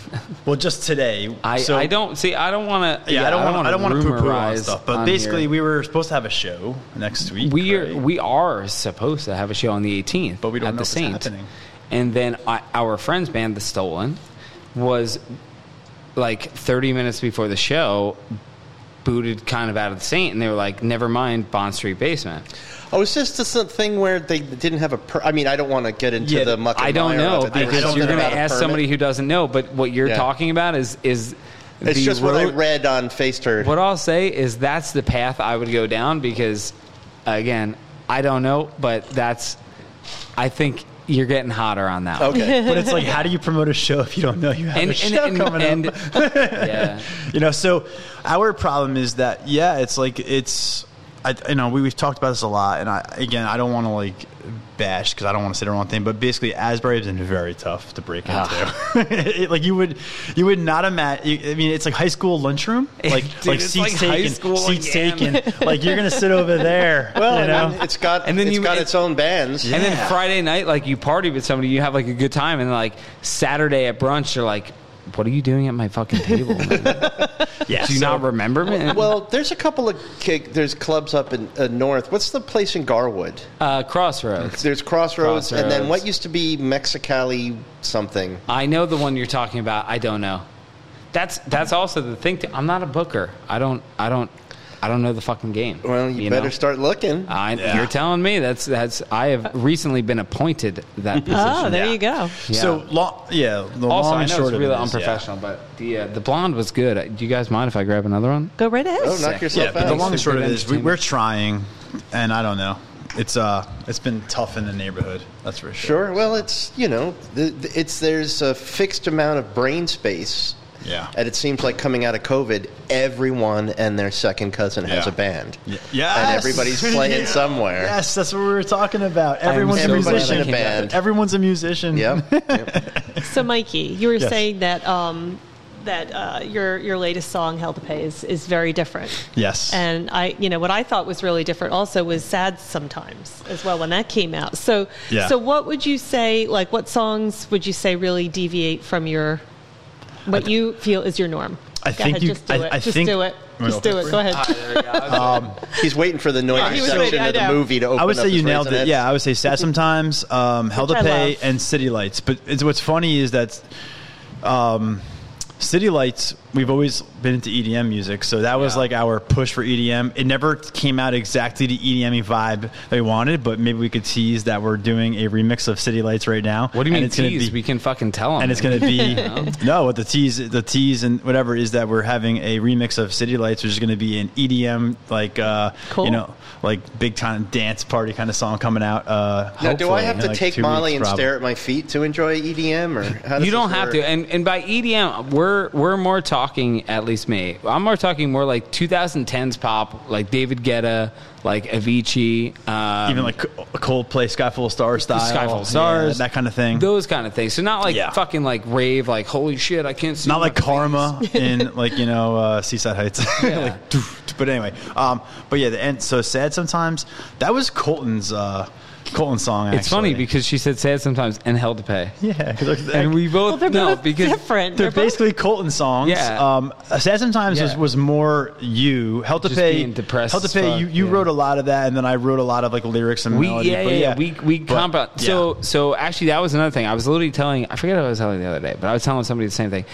Speaker 4: well, just today,
Speaker 2: I,
Speaker 4: so-
Speaker 2: I don't see. I don't want to.
Speaker 4: yeah, I don't want. I don't want to poo poo on
Speaker 2: rumorize
Speaker 4: stuff. But
Speaker 2: on
Speaker 4: basically,
Speaker 2: here.
Speaker 4: we were supposed to have a show next week.
Speaker 2: we are
Speaker 4: right?
Speaker 2: we are supposed to have a show on the 18th,
Speaker 4: But we don't
Speaker 2: at
Speaker 4: know
Speaker 2: the
Speaker 4: if it's
Speaker 2: Saint.
Speaker 4: happening.
Speaker 2: And then I, our friend's band, The Stolen, was like 30 minutes before the show booted kind of out of the Saint, and they were like, "Never mind, Bond Street Basement."
Speaker 3: Oh, is this just a thing where they didn't have a? Per- I mean, I don't want to get into
Speaker 4: Yeah,
Speaker 3: the muck. And
Speaker 2: I don't
Speaker 3: mire of
Speaker 2: know
Speaker 3: it. They were
Speaker 2: because
Speaker 3: talking
Speaker 2: you're going to
Speaker 3: about a
Speaker 2: ask
Speaker 3: permit.
Speaker 2: somebody who doesn't know. But what you're
Speaker 3: Yeah.
Speaker 2: talking about is is
Speaker 3: It's
Speaker 2: the
Speaker 3: just what I
Speaker 2: road-
Speaker 3: read on FaceTurd.
Speaker 2: What I'll say is that's the path I would go down because, again, I don't know, but that's. I think you're getting hotter on that. one.
Speaker 3: Okay.
Speaker 4: but it's like, how do you promote a show if you don't know you have
Speaker 2: And,
Speaker 4: a show
Speaker 2: and,
Speaker 4: coming
Speaker 2: and, and,
Speaker 4: up?
Speaker 2: yeah.
Speaker 4: you know so our problem is that yeah it's like it's I, you know we, we've talked about this a lot and i again i don't want to like bash because i don't want to say the wrong thing but basically asbury has been very tough to break into
Speaker 2: Ah.
Speaker 4: It- like you would you would not imagine i mean it's like high school lunchroom like
Speaker 2: Dude,
Speaker 4: like
Speaker 2: it's
Speaker 4: seats
Speaker 2: like high
Speaker 4: taken
Speaker 2: school,
Speaker 4: seats
Speaker 2: yeah,
Speaker 4: taken
Speaker 2: man.
Speaker 4: like you're gonna sit over there
Speaker 3: well,
Speaker 4: you know
Speaker 3: I mean, it's got
Speaker 2: And then
Speaker 3: it's
Speaker 2: you-
Speaker 3: got
Speaker 2: it-
Speaker 3: its own bands.
Speaker 2: And
Speaker 4: Yeah.
Speaker 2: then Friday night, like you party with somebody, you have like a good time, and like Saturday at brunch, you're like, "What are you doing at my fucking table? man?
Speaker 4: yeah
Speaker 2: Do you
Speaker 4: so-
Speaker 2: not remember me?"
Speaker 3: Well, there's a couple of kick, there's clubs up in uh, north. What's the place in Garwood?
Speaker 2: uh, Crossroads.
Speaker 3: There's Crossroads, and then
Speaker 2: Crossroads.
Speaker 3: what used to be Mexicali something.
Speaker 2: I know the one you're talking about. I don't know. That's that's also the thing. To, I'm not a booker. I don't. I don't. I don't know the fucking game.
Speaker 3: Well, you, better
Speaker 2: know?
Speaker 3: start looking.
Speaker 2: I,
Speaker 4: Yeah.
Speaker 2: You're telling me that's that's. I have recently been appointed that position.
Speaker 1: oh, there
Speaker 4: Yeah.
Speaker 1: you go.
Speaker 2: Yeah.
Speaker 4: so long yeah the
Speaker 2: also,
Speaker 4: long
Speaker 2: I
Speaker 4: and
Speaker 2: know
Speaker 4: short
Speaker 2: it's
Speaker 4: of
Speaker 2: really
Speaker 4: it is, yeah.
Speaker 2: unprofessional, but the uh, the blonde was good. Uh, Do you guys mind if I grab another one?
Speaker 1: Go right ahead.
Speaker 3: oh, knock
Speaker 2: sick.
Speaker 3: yourself
Speaker 4: yeah, but
Speaker 3: out.
Speaker 4: the long and short of it is we,
Speaker 2: Entertainment.
Speaker 4: we're trying, and I don't know. It's uh, it's been tough in the neighborhood. That's for sure.
Speaker 3: Sure. Well, it's you know, the, the- it's there's a fixed amount of brain space
Speaker 4: Yeah.
Speaker 3: And it seems like coming out of COVID, everyone and their second cousin has
Speaker 4: Yeah.
Speaker 3: a band.
Speaker 4: Yes.
Speaker 3: And everybody's playing
Speaker 4: Yeah.
Speaker 3: somewhere.
Speaker 4: Yes, that's what we were talking about. Everyone's a
Speaker 3: so glad I
Speaker 4: musician.
Speaker 3: came back.
Speaker 4: Everyone's a musician.
Speaker 3: Yep. yep.
Speaker 1: So, Mikey, you were
Speaker 4: Yes.
Speaker 1: saying that um, that uh, your your latest song, "Hell to Pay," is, is very different.
Speaker 4: Yes.
Speaker 1: And I, you know, what I thought was really different also was "Sad" sometimes as well when that came out. So,
Speaker 4: Yeah.
Speaker 1: so what would you say? Like, what songs would you say really deviate from your what you feel is your norm?
Speaker 4: I
Speaker 1: Go
Speaker 4: think
Speaker 1: ahead,
Speaker 4: you-
Speaker 1: just do
Speaker 4: I-
Speaker 1: it.
Speaker 4: I
Speaker 1: just
Speaker 4: think-
Speaker 1: do it.
Speaker 4: Wait,
Speaker 1: Just do
Speaker 4: wait,
Speaker 1: it. Go ahead.
Speaker 3: He's waiting for the
Speaker 1: Yeah, he
Speaker 3: noisy
Speaker 1: was
Speaker 3: section
Speaker 1: waiting, I
Speaker 3: of the
Speaker 1: know.
Speaker 3: movie to open
Speaker 4: I would
Speaker 3: up
Speaker 4: say
Speaker 3: his
Speaker 4: you nailed it.
Speaker 3: raisinets.
Speaker 4: Yeah, I would say sad sometimes, um, hell to
Speaker 1: Which I
Speaker 4: pay,
Speaker 1: love.
Speaker 4: and city lights. But it's, what's funny is that um, city lights. We've always been into EDM music, so that was
Speaker 2: Yeah.
Speaker 4: like our push for EDM. It never came out exactly the EDM vibe they wanted, but maybe we could tease that we're doing a remix of city lights right now.
Speaker 2: What do you
Speaker 4: and
Speaker 2: mean
Speaker 4: it's gonna
Speaker 2: tease?
Speaker 4: be-
Speaker 2: we can fucking tell them.
Speaker 4: and it's going to be no what the tease the tease and whatever is that we're having a remix of city lights which is going to be an edm like uh
Speaker 1: Cool.
Speaker 4: you know like big time dance party kind of song coming out uh
Speaker 3: Now, do I
Speaker 4: hopefully
Speaker 3: have
Speaker 4: in,
Speaker 3: to
Speaker 4: like,
Speaker 3: take
Speaker 4: two
Speaker 3: Molly
Speaker 4: weeks,
Speaker 3: and
Speaker 4: probably.
Speaker 3: stare at my feet to enjoy EDM, or how does
Speaker 2: you don't
Speaker 3: this
Speaker 2: have
Speaker 3: work?
Speaker 2: to. And and by EDM, we're we're more talking at least me. I'm more talking more like 2010s pop, like David Guetta, like Avicii, um,
Speaker 4: even like a Coldplay Skyfall Star style
Speaker 2: Skyfall Stars,
Speaker 4: yeah, that kind of thing
Speaker 2: Those kind of things. So not like
Speaker 4: Yeah.
Speaker 2: fucking like rave, like holy shit, I can't see.
Speaker 4: not like
Speaker 2: my face.
Speaker 4: karma in like you know uh, seaside heights like, doof, doof. but anyway um but yeah the end so sad sometimes that was colton's uh colton's song
Speaker 2: It's funny
Speaker 4: actually.
Speaker 2: because she said sad sometimes and hell to pay.
Speaker 4: yeah 'cause like,
Speaker 2: And we both
Speaker 1: they're
Speaker 2: know
Speaker 1: both
Speaker 2: because
Speaker 1: different.
Speaker 4: They're
Speaker 1: They're both-
Speaker 4: basically Colton songs.
Speaker 2: Yeah.
Speaker 4: Um, Sad Sometimes was,
Speaker 2: Yeah.
Speaker 4: was more you. Hell to
Speaker 2: Just
Speaker 4: pay.
Speaker 2: being depressed
Speaker 4: Hell to
Speaker 2: as
Speaker 4: pay.
Speaker 2: fuck,
Speaker 4: you you
Speaker 2: yeah.
Speaker 4: wrote a lot of that, and then I wrote a lot of like lyrics and
Speaker 2: we
Speaker 4: melody.
Speaker 2: yeah,
Speaker 4: but
Speaker 2: yeah, yeah. we we
Speaker 4: But,
Speaker 2: compound.
Speaker 4: yeah.
Speaker 2: So so actually that was another thing. I was literally telling I forget what I was telling the other day, but I was telling somebody the same thing.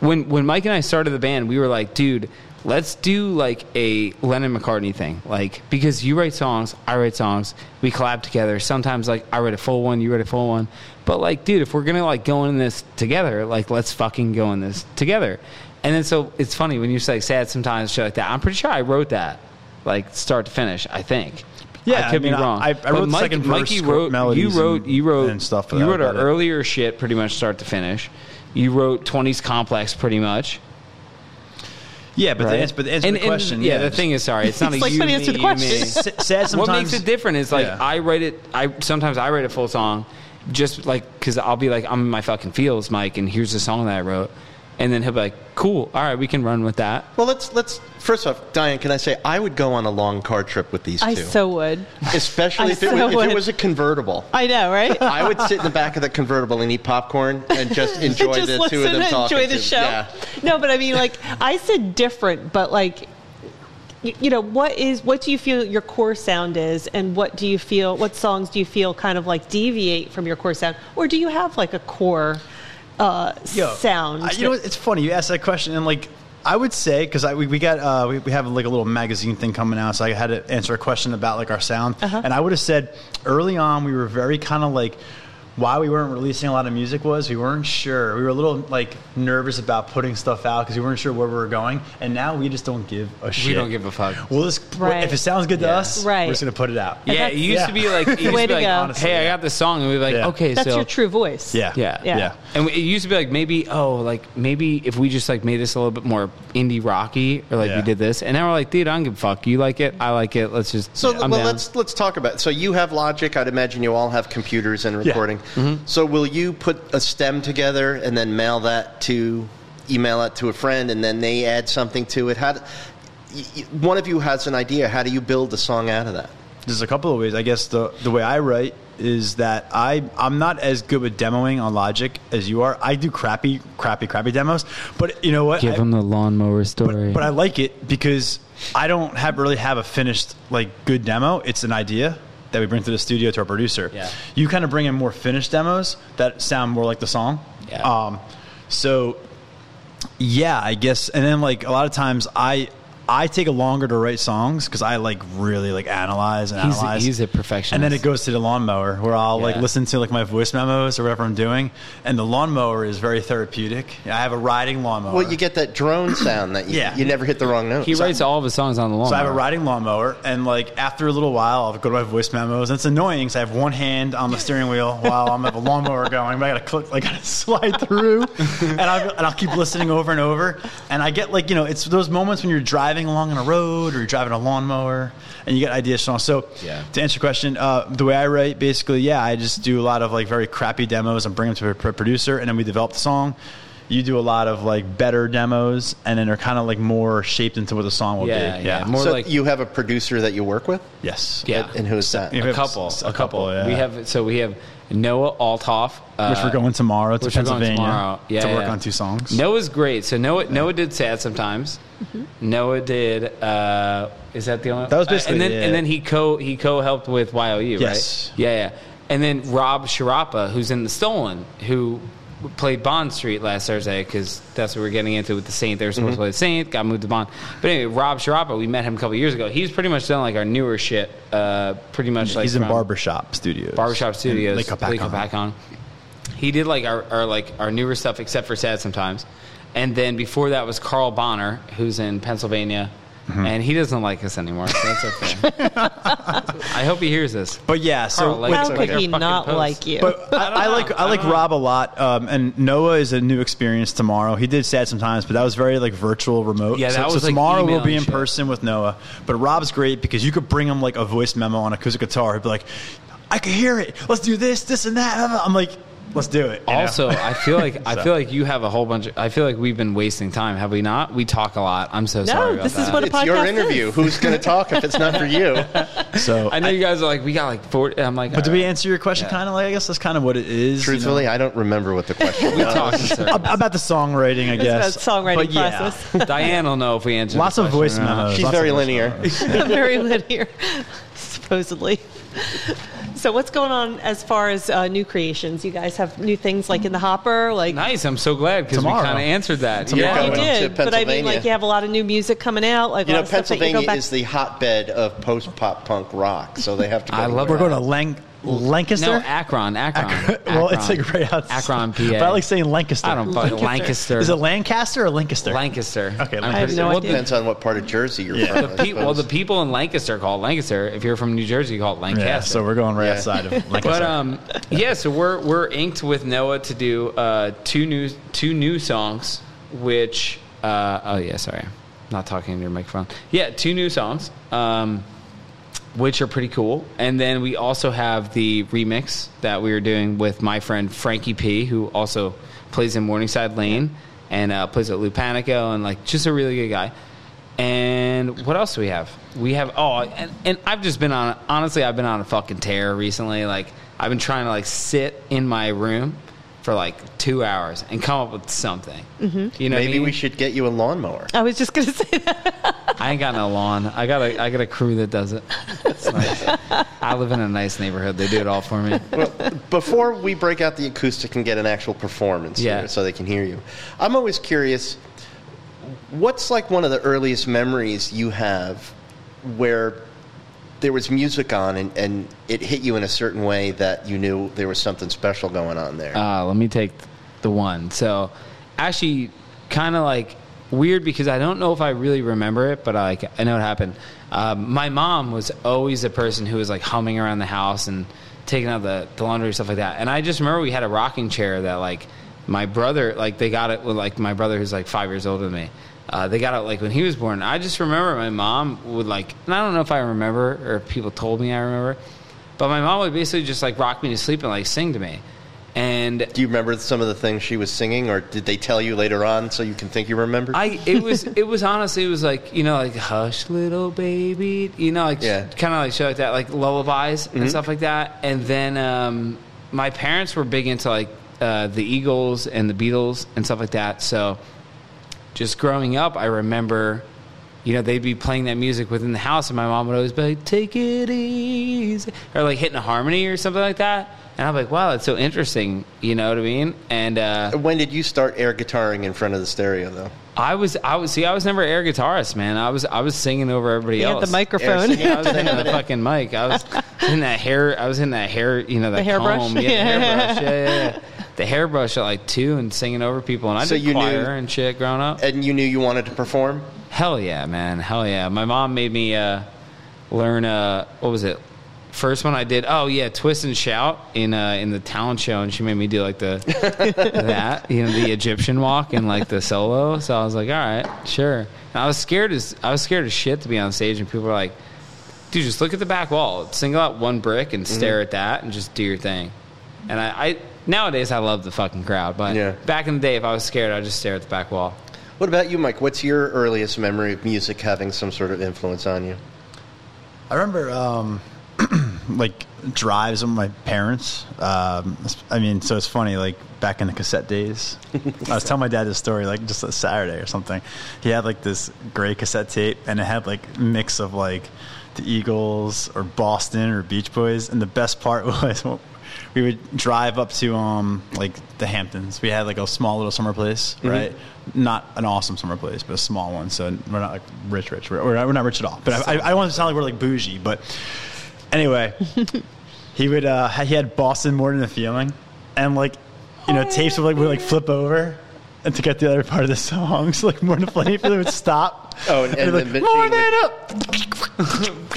Speaker 2: When when Mike and I started the band, we were like, dude, let's do like a Lennon McCartney thing, like because you write songs, I write songs, we collab together. Sometimes like I write a full one, you write a full one, but like dude, if we're gonna like go in this together, like let's fucking go in this together. And then so it's funny when you say sad sometimes shit like that. I'm pretty sure I wrote that, like start to finish. I think.
Speaker 4: Yeah,
Speaker 2: I could
Speaker 4: I mean,
Speaker 2: be wrong.
Speaker 4: I- I
Speaker 2: But
Speaker 4: wrote the second verse,
Speaker 2: Mikey
Speaker 4: chord
Speaker 2: wrote,
Speaker 4: melodies
Speaker 2: You wrote,
Speaker 4: and-
Speaker 2: you wrote,
Speaker 4: and stuff, but
Speaker 2: You
Speaker 4: that
Speaker 2: wrote our
Speaker 4: was about it.
Speaker 2: earlier shit pretty much start to finish. You wrote 20s Complex pretty much.
Speaker 4: yeah, but
Speaker 2: right?
Speaker 4: the answer, but the answer
Speaker 2: And-
Speaker 4: to the
Speaker 2: and-
Speaker 4: question,
Speaker 2: Yeah, the thing is, sorry, it's not
Speaker 1: It's
Speaker 2: a
Speaker 1: like
Speaker 2: you,
Speaker 1: trying to
Speaker 2: me,
Speaker 1: answer the
Speaker 2: you, me.
Speaker 1: question.
Speaker 4: S- sad sometimes.
Speaker 2: What makes it different is like
Speaker 4: Yeah.
Speaker 2: I write it. I sometimes I write a full song, just like because I'll be like I'm in my fucking feels, Mike, and here's the song that I wrote, and then he'll be like, cool, all right, we can run with that.
Speaker 3: Well, let's let's first off, Diane. Can I say I would go on a long car trip with these
Speaker 1: I
Speaker 3: two,
Speaker 1: so would.
Speaker 3: especially
Speaker 1: I
Speaker 3: if, it,
Speaker 1: so
Speaker 3: was, if
Speaker 1: would.
Speaker 3: it was a convertible.
Speaker 1: I know, right?
Speaker 3: I would sit in the back of the convertible and eat popcorn and just enjoy
Speaker 1: just
Speaker 3: the
Speaker 1: listen
Speaker 3: two of them
Speaker 1: and
Speaker 3: talking.
Speaker 1: enjoy the
Speaker 3: to-
Speaker 1: show.
Speaker 3: Yeah.
Speaker 1: No, but I mean, like I said, different, but like y- you know, what is what do you feel your core sound is, and what do you feel? What songs do you feel kind of like deviate from your core sound, or do you have like a core uh,
Speaker 4: Yo,
Speaker 1: sound?
Speaker 4: I- you know, what, it's funny you asked that question, and like I would say because we, we got uh, we, we have like a little magazine thing coming out, so I had to answer a question about like our sound,
Speaker 1: Uh-huh.
Speaker 4: and I would have said early on we were very kind of like. Why we weren't releasing a lot of music was we weren't sure. We were a little like nervous about putting stuff out because we weren't sure where we were going. And now we just don't give a shit.
Speaker 2: don't give a fuck.
Speaker 4: We'll just
Speaker 1: Right.
Speaker 4: if it sounds good to
Speaker 2: Yeah.
Speaker 4: us,
Speaker 1: Right.
Speaker 4: we're just gonna put it out.
Speaker 1: And
Speaker 2: Yeah, it
Speaker 1: that's-
Speaker 2: used to be like, it used
Speaker 1: way
Speaker 2: to be
Speaker 1: to
Speaker 2: like,
Speaker 1: go.
Speaker 4: Honestly,
Speaker 2: hey, I
Speaker 4: yeah.
Speaker 2: got this song, and we'd be like,
Speaker 4: Yeah.
Speaker 2: okay,
Speaker 1: That's
Speaker 2: so
Speaker 1: your true voice.
Speaker 4: Yeah.
Speaker 2: Yeah.
Speaker 1: Yeah.
Speaker 4: Yeah.
Speaker 2: And it used to be like maybe oh like maybe if we just like made this a little bit more indie rocky or like
Speaker 4: Yeah.
Speaker 2: we did this and now we're like dude I don't give a fuck you like it I like it let's just
Speaker 3: So
Speaker 2: I'm
Speaker 3: well,
Speaker 2: down.
Speaker 3: let's let's talk about. So you have Logic. I'd imagine you all have computers and recording.
Speaker 2: Mm-hmm.
Speaker 3: So will you put a stem together and then mail that to email it to a friend, and then they add something to it? How do, y- y- one of you has an idea? How do you build a song out of that?
Speaker 4: there's a couple of ways. I guess the the way I write is that I I'm not as good with demoing on Logic as you are. I do crappy, crappy, crappy demos. But you know what?
Speaker 2: give
Speaker 4: I-
Speaker 2: him the lawnmower story
Speaker 4: but I like it because I don't have really have a finished like good demo. It's an idea that we bring to the studio to our producer.
Speaker 2: Yeah.
Speaker 4: You kind of bring in more finished demos that sound more like the song.
Speaker 2: Yeah.
Speaker 4: Um, so yeah, I guess. And then like a lot of times I I take a longer to write songs because I like really like analyze and
Speaker 2: He's a-
Speaker 4: analyze.
Speaker 2: he's a perfectionist.
Speaker 4: And then it goes to the lawnmower where I'll like
Speaker 2: Yeah.
Speaker 4: listen to like my voice memos or whatever I'm doing. And the lawnmower is very therapeutic. I have a riding lawnmower.
Speaker 3: Well, you get that drone sound that you,
Speaker 4: Yeah.
Speaker 3: you never hit the wrong note.
Speaker 2: Uh, He writes all of his songs on the lawn.
Speaker 4: So I have a riding lawnmower, and like after a little while, I'll go to my voice memos. And it's annoying because I have one hand on the steering wheel while I'm have a lawnmower going, but I gotta click, like gotta slide through, and I'll, and I'll keep listening over and over. And I get like you know, it's those moments when you're driving along on a road or you're driving a lawnmower, and you get ideas songs. So
Speaker 2: Yeah.
Speaker 4: to answer your question, uh, the way I write, basically, yeah, I just do a lot of like very crappy demos and bring them to a pr- producer, and then we develop the song. You do a lot of like better demos, and then they're kind of like more shaped into what the song will
Speaker 2: yeah,
Speaker 4: be.
Speaker 2: yeah, more
Speaker 3: so
Speaker 2: like
Speaker 3: you have a producer that you work with,
Speaker 4: Yes.
Speaker 2: yeah,
Speaker 3: and who's that?
Speaker 4: Yeah.
Speaker 2: a couple,
Speaker 4: s-
Speaker 2: a couple.
Speaker 4: yeah.
Speaker 2: We have so we have Noah Althoff, uh,
Speaker 4: Which we're going tomorrow to
Speaker 2: which we're going
Speaker 4: Pennsylvania
Speaker 2: tomorrow. Yeah,
Speaker 4: to work
Speaker 2: yeah.
Speaker 4: on two songs.
Speaker 2: Noah's great. So Noah Noah did sad sometimes. Noah did. Uh, is that the only?
Speaker 4: That was
Speaker 2: uh,
Speaker 4: basically
Speaker 2: and then
Speaker 4: it.
Speaker 2: and then he co he co helped with YOU.
Speaker 4: Yes.
Speaker 2: Right? Yeah, yeah. And then Rob Sharapa, who's in the Stolen, who played Bond Street last Thursday because that's what we're getting into with the Saint. They were
Speaker 4: Mm-hmm.
Speaker 2: supposed to play the Saint, got moved to Bond. But anyway, Rob Sharapa, we met him a couple years ago. He's pretty much done like our newer shit. Uh, pretty much like
Speaker 4: He's in
Speaker 2: from-
Speaker 4: Barbershop Studios.
Speaker 2: Barbershop
Speaker 4: in
Speaker 2: Studios,
Speaker 4: Lake Hopatcong.
Speaker 2: Hopatcong. He did like our, our like our newer stuff, except for sad sometimes. And then before that was Carl Bonner, who's in Pennsylvania,
Speaker 4: Mm-hmm.
Speaker 2: and he doesn't like us anymore. So that's okay. I hope he hears this.
Speaker 4: But yeah, so
Speaker 2: Carl, like-
Speaker 4: with-
Speaker 1: How
Speaker 2: our
Speaker 1: could he
Speaker 2: fucking
Speaker 1: not
Speaker 2: post.
Speaker 1: like you?
Speaker 4: but I, I like I like Rob a lot, um, and Noah is a new experience tomorrow. He did sad sometimes, but that was very like virtual remote.
Speaker 2: Yeah,
Speaker 4: so,
Speaker 2: that
Speaker 4: so
Speaker 2: was, like,
Speaker 4: tomorrow
Speaker 2: email
Speaker 4: we'll be
Speaker 2: and
Speaker 4: in
Speaker 2: shit.
Speaker 4: person with Noah. But Rob's great because you could bring him like a voice memo on acoustic guitar. He'd be like, "I could hear it. Let's do this, this, and that." I'm like, "Let's do it." you know?
Speaker 2: Also, I feel like I
Speaker 4: So.
Speaker 2: feel like you have a whole bunch. Of, I feel like we've been wasting time, have we not? We talk a lot. I'm so sorry. About
Speaker 1: this is
Speaker 2: that.
Speaker 1: what a
Speaker 3: it's your
Speaker 1: podcast
Speaker 3: interview.
Speaker 1: is.
Speaker 3: Who's going to talk if it's not for you?
Speaker 4: so
Speaker 2: I know you guys are like we got like 40 I'm like,
Speaker 4: But to
Speaker 2: all
Speaker 4: be
Speaker 2: right.
Speaker 4: answer your question,
Speaker 2: Yeah.
Speaker 4: kind of like I guess that's kind of what it is. you know?
Speaker 3: Truthfully, I don't remember what the question
Speaker 2: we
Speaker 3: was.
Speaker 2: talk in circles.
Speaker 4: Ab- about the songwriting, I guess.
Speaker 1: about songwriting
Speaker 4: But yeah,
Speaker 1: process.
Speaker 2: uh, Diane will know if we answer.
Speaker 4: Lots
Speaker 2: this
Speaker 4: of voice
Speaker 2: question or not.
Speaker 4: memos.
Speaker 3: She's
Speaker 4: lots of
Speaker 3: very
Speaker 4: voice
Speaker 3: linear.
Speaker 4: memos.
Speaker 1: very linear, supposedly. So what's going on as far as uh, new creations? You guys have new things like in the hopper, like
Speaker 2: Nice. I'm so glad because we
Speaker 4: Tomorrow.
Speaker 2: kind of answered that.
Speaker 3: Tomorrow.
Speaker 2: Yeah.
Speaker 1: you
Speaker 3: going to
Speaker 1: did, but I mean,
Speaker 3: Pennsylvania.
Speaker 1: like you have a lot of new music coming out. Like a
Speaker 3: You
Speaker 1: lot
Speaker 3: know,
Speaker 1: of stuff that you go
Speaker 3: Pennsylvania
Speaker 1: back
Speaker 3: is the hotbed of post pop punk rock, so they have to. Go
Speaker 2: I love
Speaker 3: to
Speaker 4: We're
Speaker 3: that.
Speaker 4: going to Lanc- Lancaster.
Speaker 2: No, Akron, Akron.
Speaker 4: well,
Speaker 2: Akron.
Speaker 4: it's like right outside.
Speaker 2: Akron, PA.
Speaker 4: But I like saying Lancaster.
Speaker 2: I don't fucking Lancaster.
Speaker 1: Lancaster.
Speaker 4: Is it Lancaster or Lancaster?
Speaker 2: Lancaster.
Speaker 4: Okay,
Speaker 2: I'm
Speaker 4: I have
Speaker 2: pretty
Speaker 1: no
Speaker 2: sure.
Speaker 1: idea.
Speaker 2: Well,
Speaker 3: Depends on what part of Jersey you're from.
Speaker 4: Yeah.
Speaker 2: the,
Speaker 3: I
Speaker 2: the pe- well, the
Speaker 3: suppose.
Speaker 2: people in Lancaster call it Lancaster. If you're from New Jersey, you call it Lancaster.
Speaker 4: Yeah, so we're going right
Speaker 3: Yeah.
Speaker 4: outside of Lancaster.
Speaker 2: But um, yeah. So we're we're inked with Noah to do uh, two new two new songs, which uh, oh yeah, sorry, not talking into your microphone. Yeah, two new songs, um, which are pretty cool. And then we also have the remix that we are doing with my friend Frankie P, who also plays in Morningside Lane and uh, plays at Lupanico, and like just a really good guy. And what else do we have? We have oh, and, and I've just been on honestly, I've been on a fucking tear recently. Like I've been trying to like sit in my room for like two hours and come up with something. Mm-hmm. You know, what I
Speaker 3: maybe
Speaker 2: mean?
Speaker 3: we should get you a lawnmower.
Speaker 1: I was just gonna say that.
Speaker 2: I ain't got no lawn. I got a I got a crew that does it. It's nice. I live in a nice neighborhood. They do it all for me.
Speaker 3: well, before we break out the acoustic and get an actual performance
Speaker 2: Yeah.
Speaker 3: here so they can hear you, I'm always curious what's like one of the earliest memories you have where there was music on and, and it hit you in a certain way that you knew there was something special going on there?
Speaker 2: Uh, let me take the one. So, actually, kind of like weird because I don't know if I really remember it, but I, like I know it happened. Um, my mom was always the person who was like humming around the house and taking out the, the laundry and stuff like that. And I just remember we had a rocking chair that like my brother, like they got it with like my brother who's like five years older than me. Uh, they got it like when he was born. I just remember my mom would like, and I don't know if I remember or if people told me I remember, but my mom would basically just like rock me to sleep and like sing to me. And
Speaker 3: Do you remember some of the things she was singing, or did they tell you later on so you can think you remembered?
Speaker 2: I it was it was honestly it was like you know like hush little baby you know like
Speaker 3: Yeah.
Speaker 2: kind of like shit like that like lullabies and stuff like that and then um, my parents were big into like uh, the Eagles and the Beatles and stuff like that so just growing up I remember you know, they'd be playing that music within the house, and my mom would always be like, "Take it easy," or like hitting a harmony or something like that. And I'm like, "Wow, that's so interesting." You know what I mean? And uh,
Speaker 3: When did you start air guitaring in front of the stereo, though?
Speaker 2: I was, I was, see, I was never air guitarist, man. I was, I was singing over everybody
Speaker 1: He had
Speaker 2: else.
Speaker 1: the microphone.
Speaker 3: Air
Speaker 2: I was in the fucking mic. I was in that hair. I was in that hair. You know that
Speaker 1: hairbrush?
Speaker 2: comb. Yeah, the
Speaker 1: Yeah.
Speaker 2: hairbrush. Yeah, yeah, yeah. The hairbrush at like two and singing over people, and I
Speaker 3: So
Speaker 2: did
Speaker 3: you knew-
Speaker 2: choir and shit growing up.
Speaker 3: And you knew you wanted to perform?
Speaker 2: Hell yeah, man. Hell yeah. My mom made me uh, learn. Uh, what was it? First one I did. Oh yeah, twist and shout in uh, in the talent show, and she made me do like the that you know the Egyptian walk and like the solo. So I was like, all right, sure. And I was scared as I was scared as shit to be on stage, and people were like, dude, just look at the back wall, single out one brick and stare at that, and just do your thing. And I, I nowadays I love the fucking crowd, but
Speaker 3: Yeah.
Speaker 2: back in the day, if I was scared, I'd just stare at the back wall.
Speaker 3: What about you, Mike? What's your earliest memory of music having some sort of influence on you?
Speaker 4: I remember um, like drives with my parents. Um, I mean, so it's funny. Like back in the cassette days, I was telling my dad this story like just a Saturday or something. He had like this gray cassette tape, and it had like mix of like the Eagles or Boston or Beach Boys. And the best part was we would drive up to um like the Hamptons. We had like a small little summer place, right? Not an awesome summer place, but a small one. So we're not like rich, rich. We're, we're, not, we're not rich at all. But I, I, I want to sound like we're like bougie, but anyway, he would uh, he had Boston more than a feeling, and like you know tapes would like would like flip over. And to get the other part of the songs, like more than a feeling would stop.
Speaker 3: Oh, and- and
Speaker 4: it'd
Speaker 3: the
Speaker 4: be like,
Speaker 3: machine
Speaker 4: more
Speaker 3: would-
Speaker 4: than up,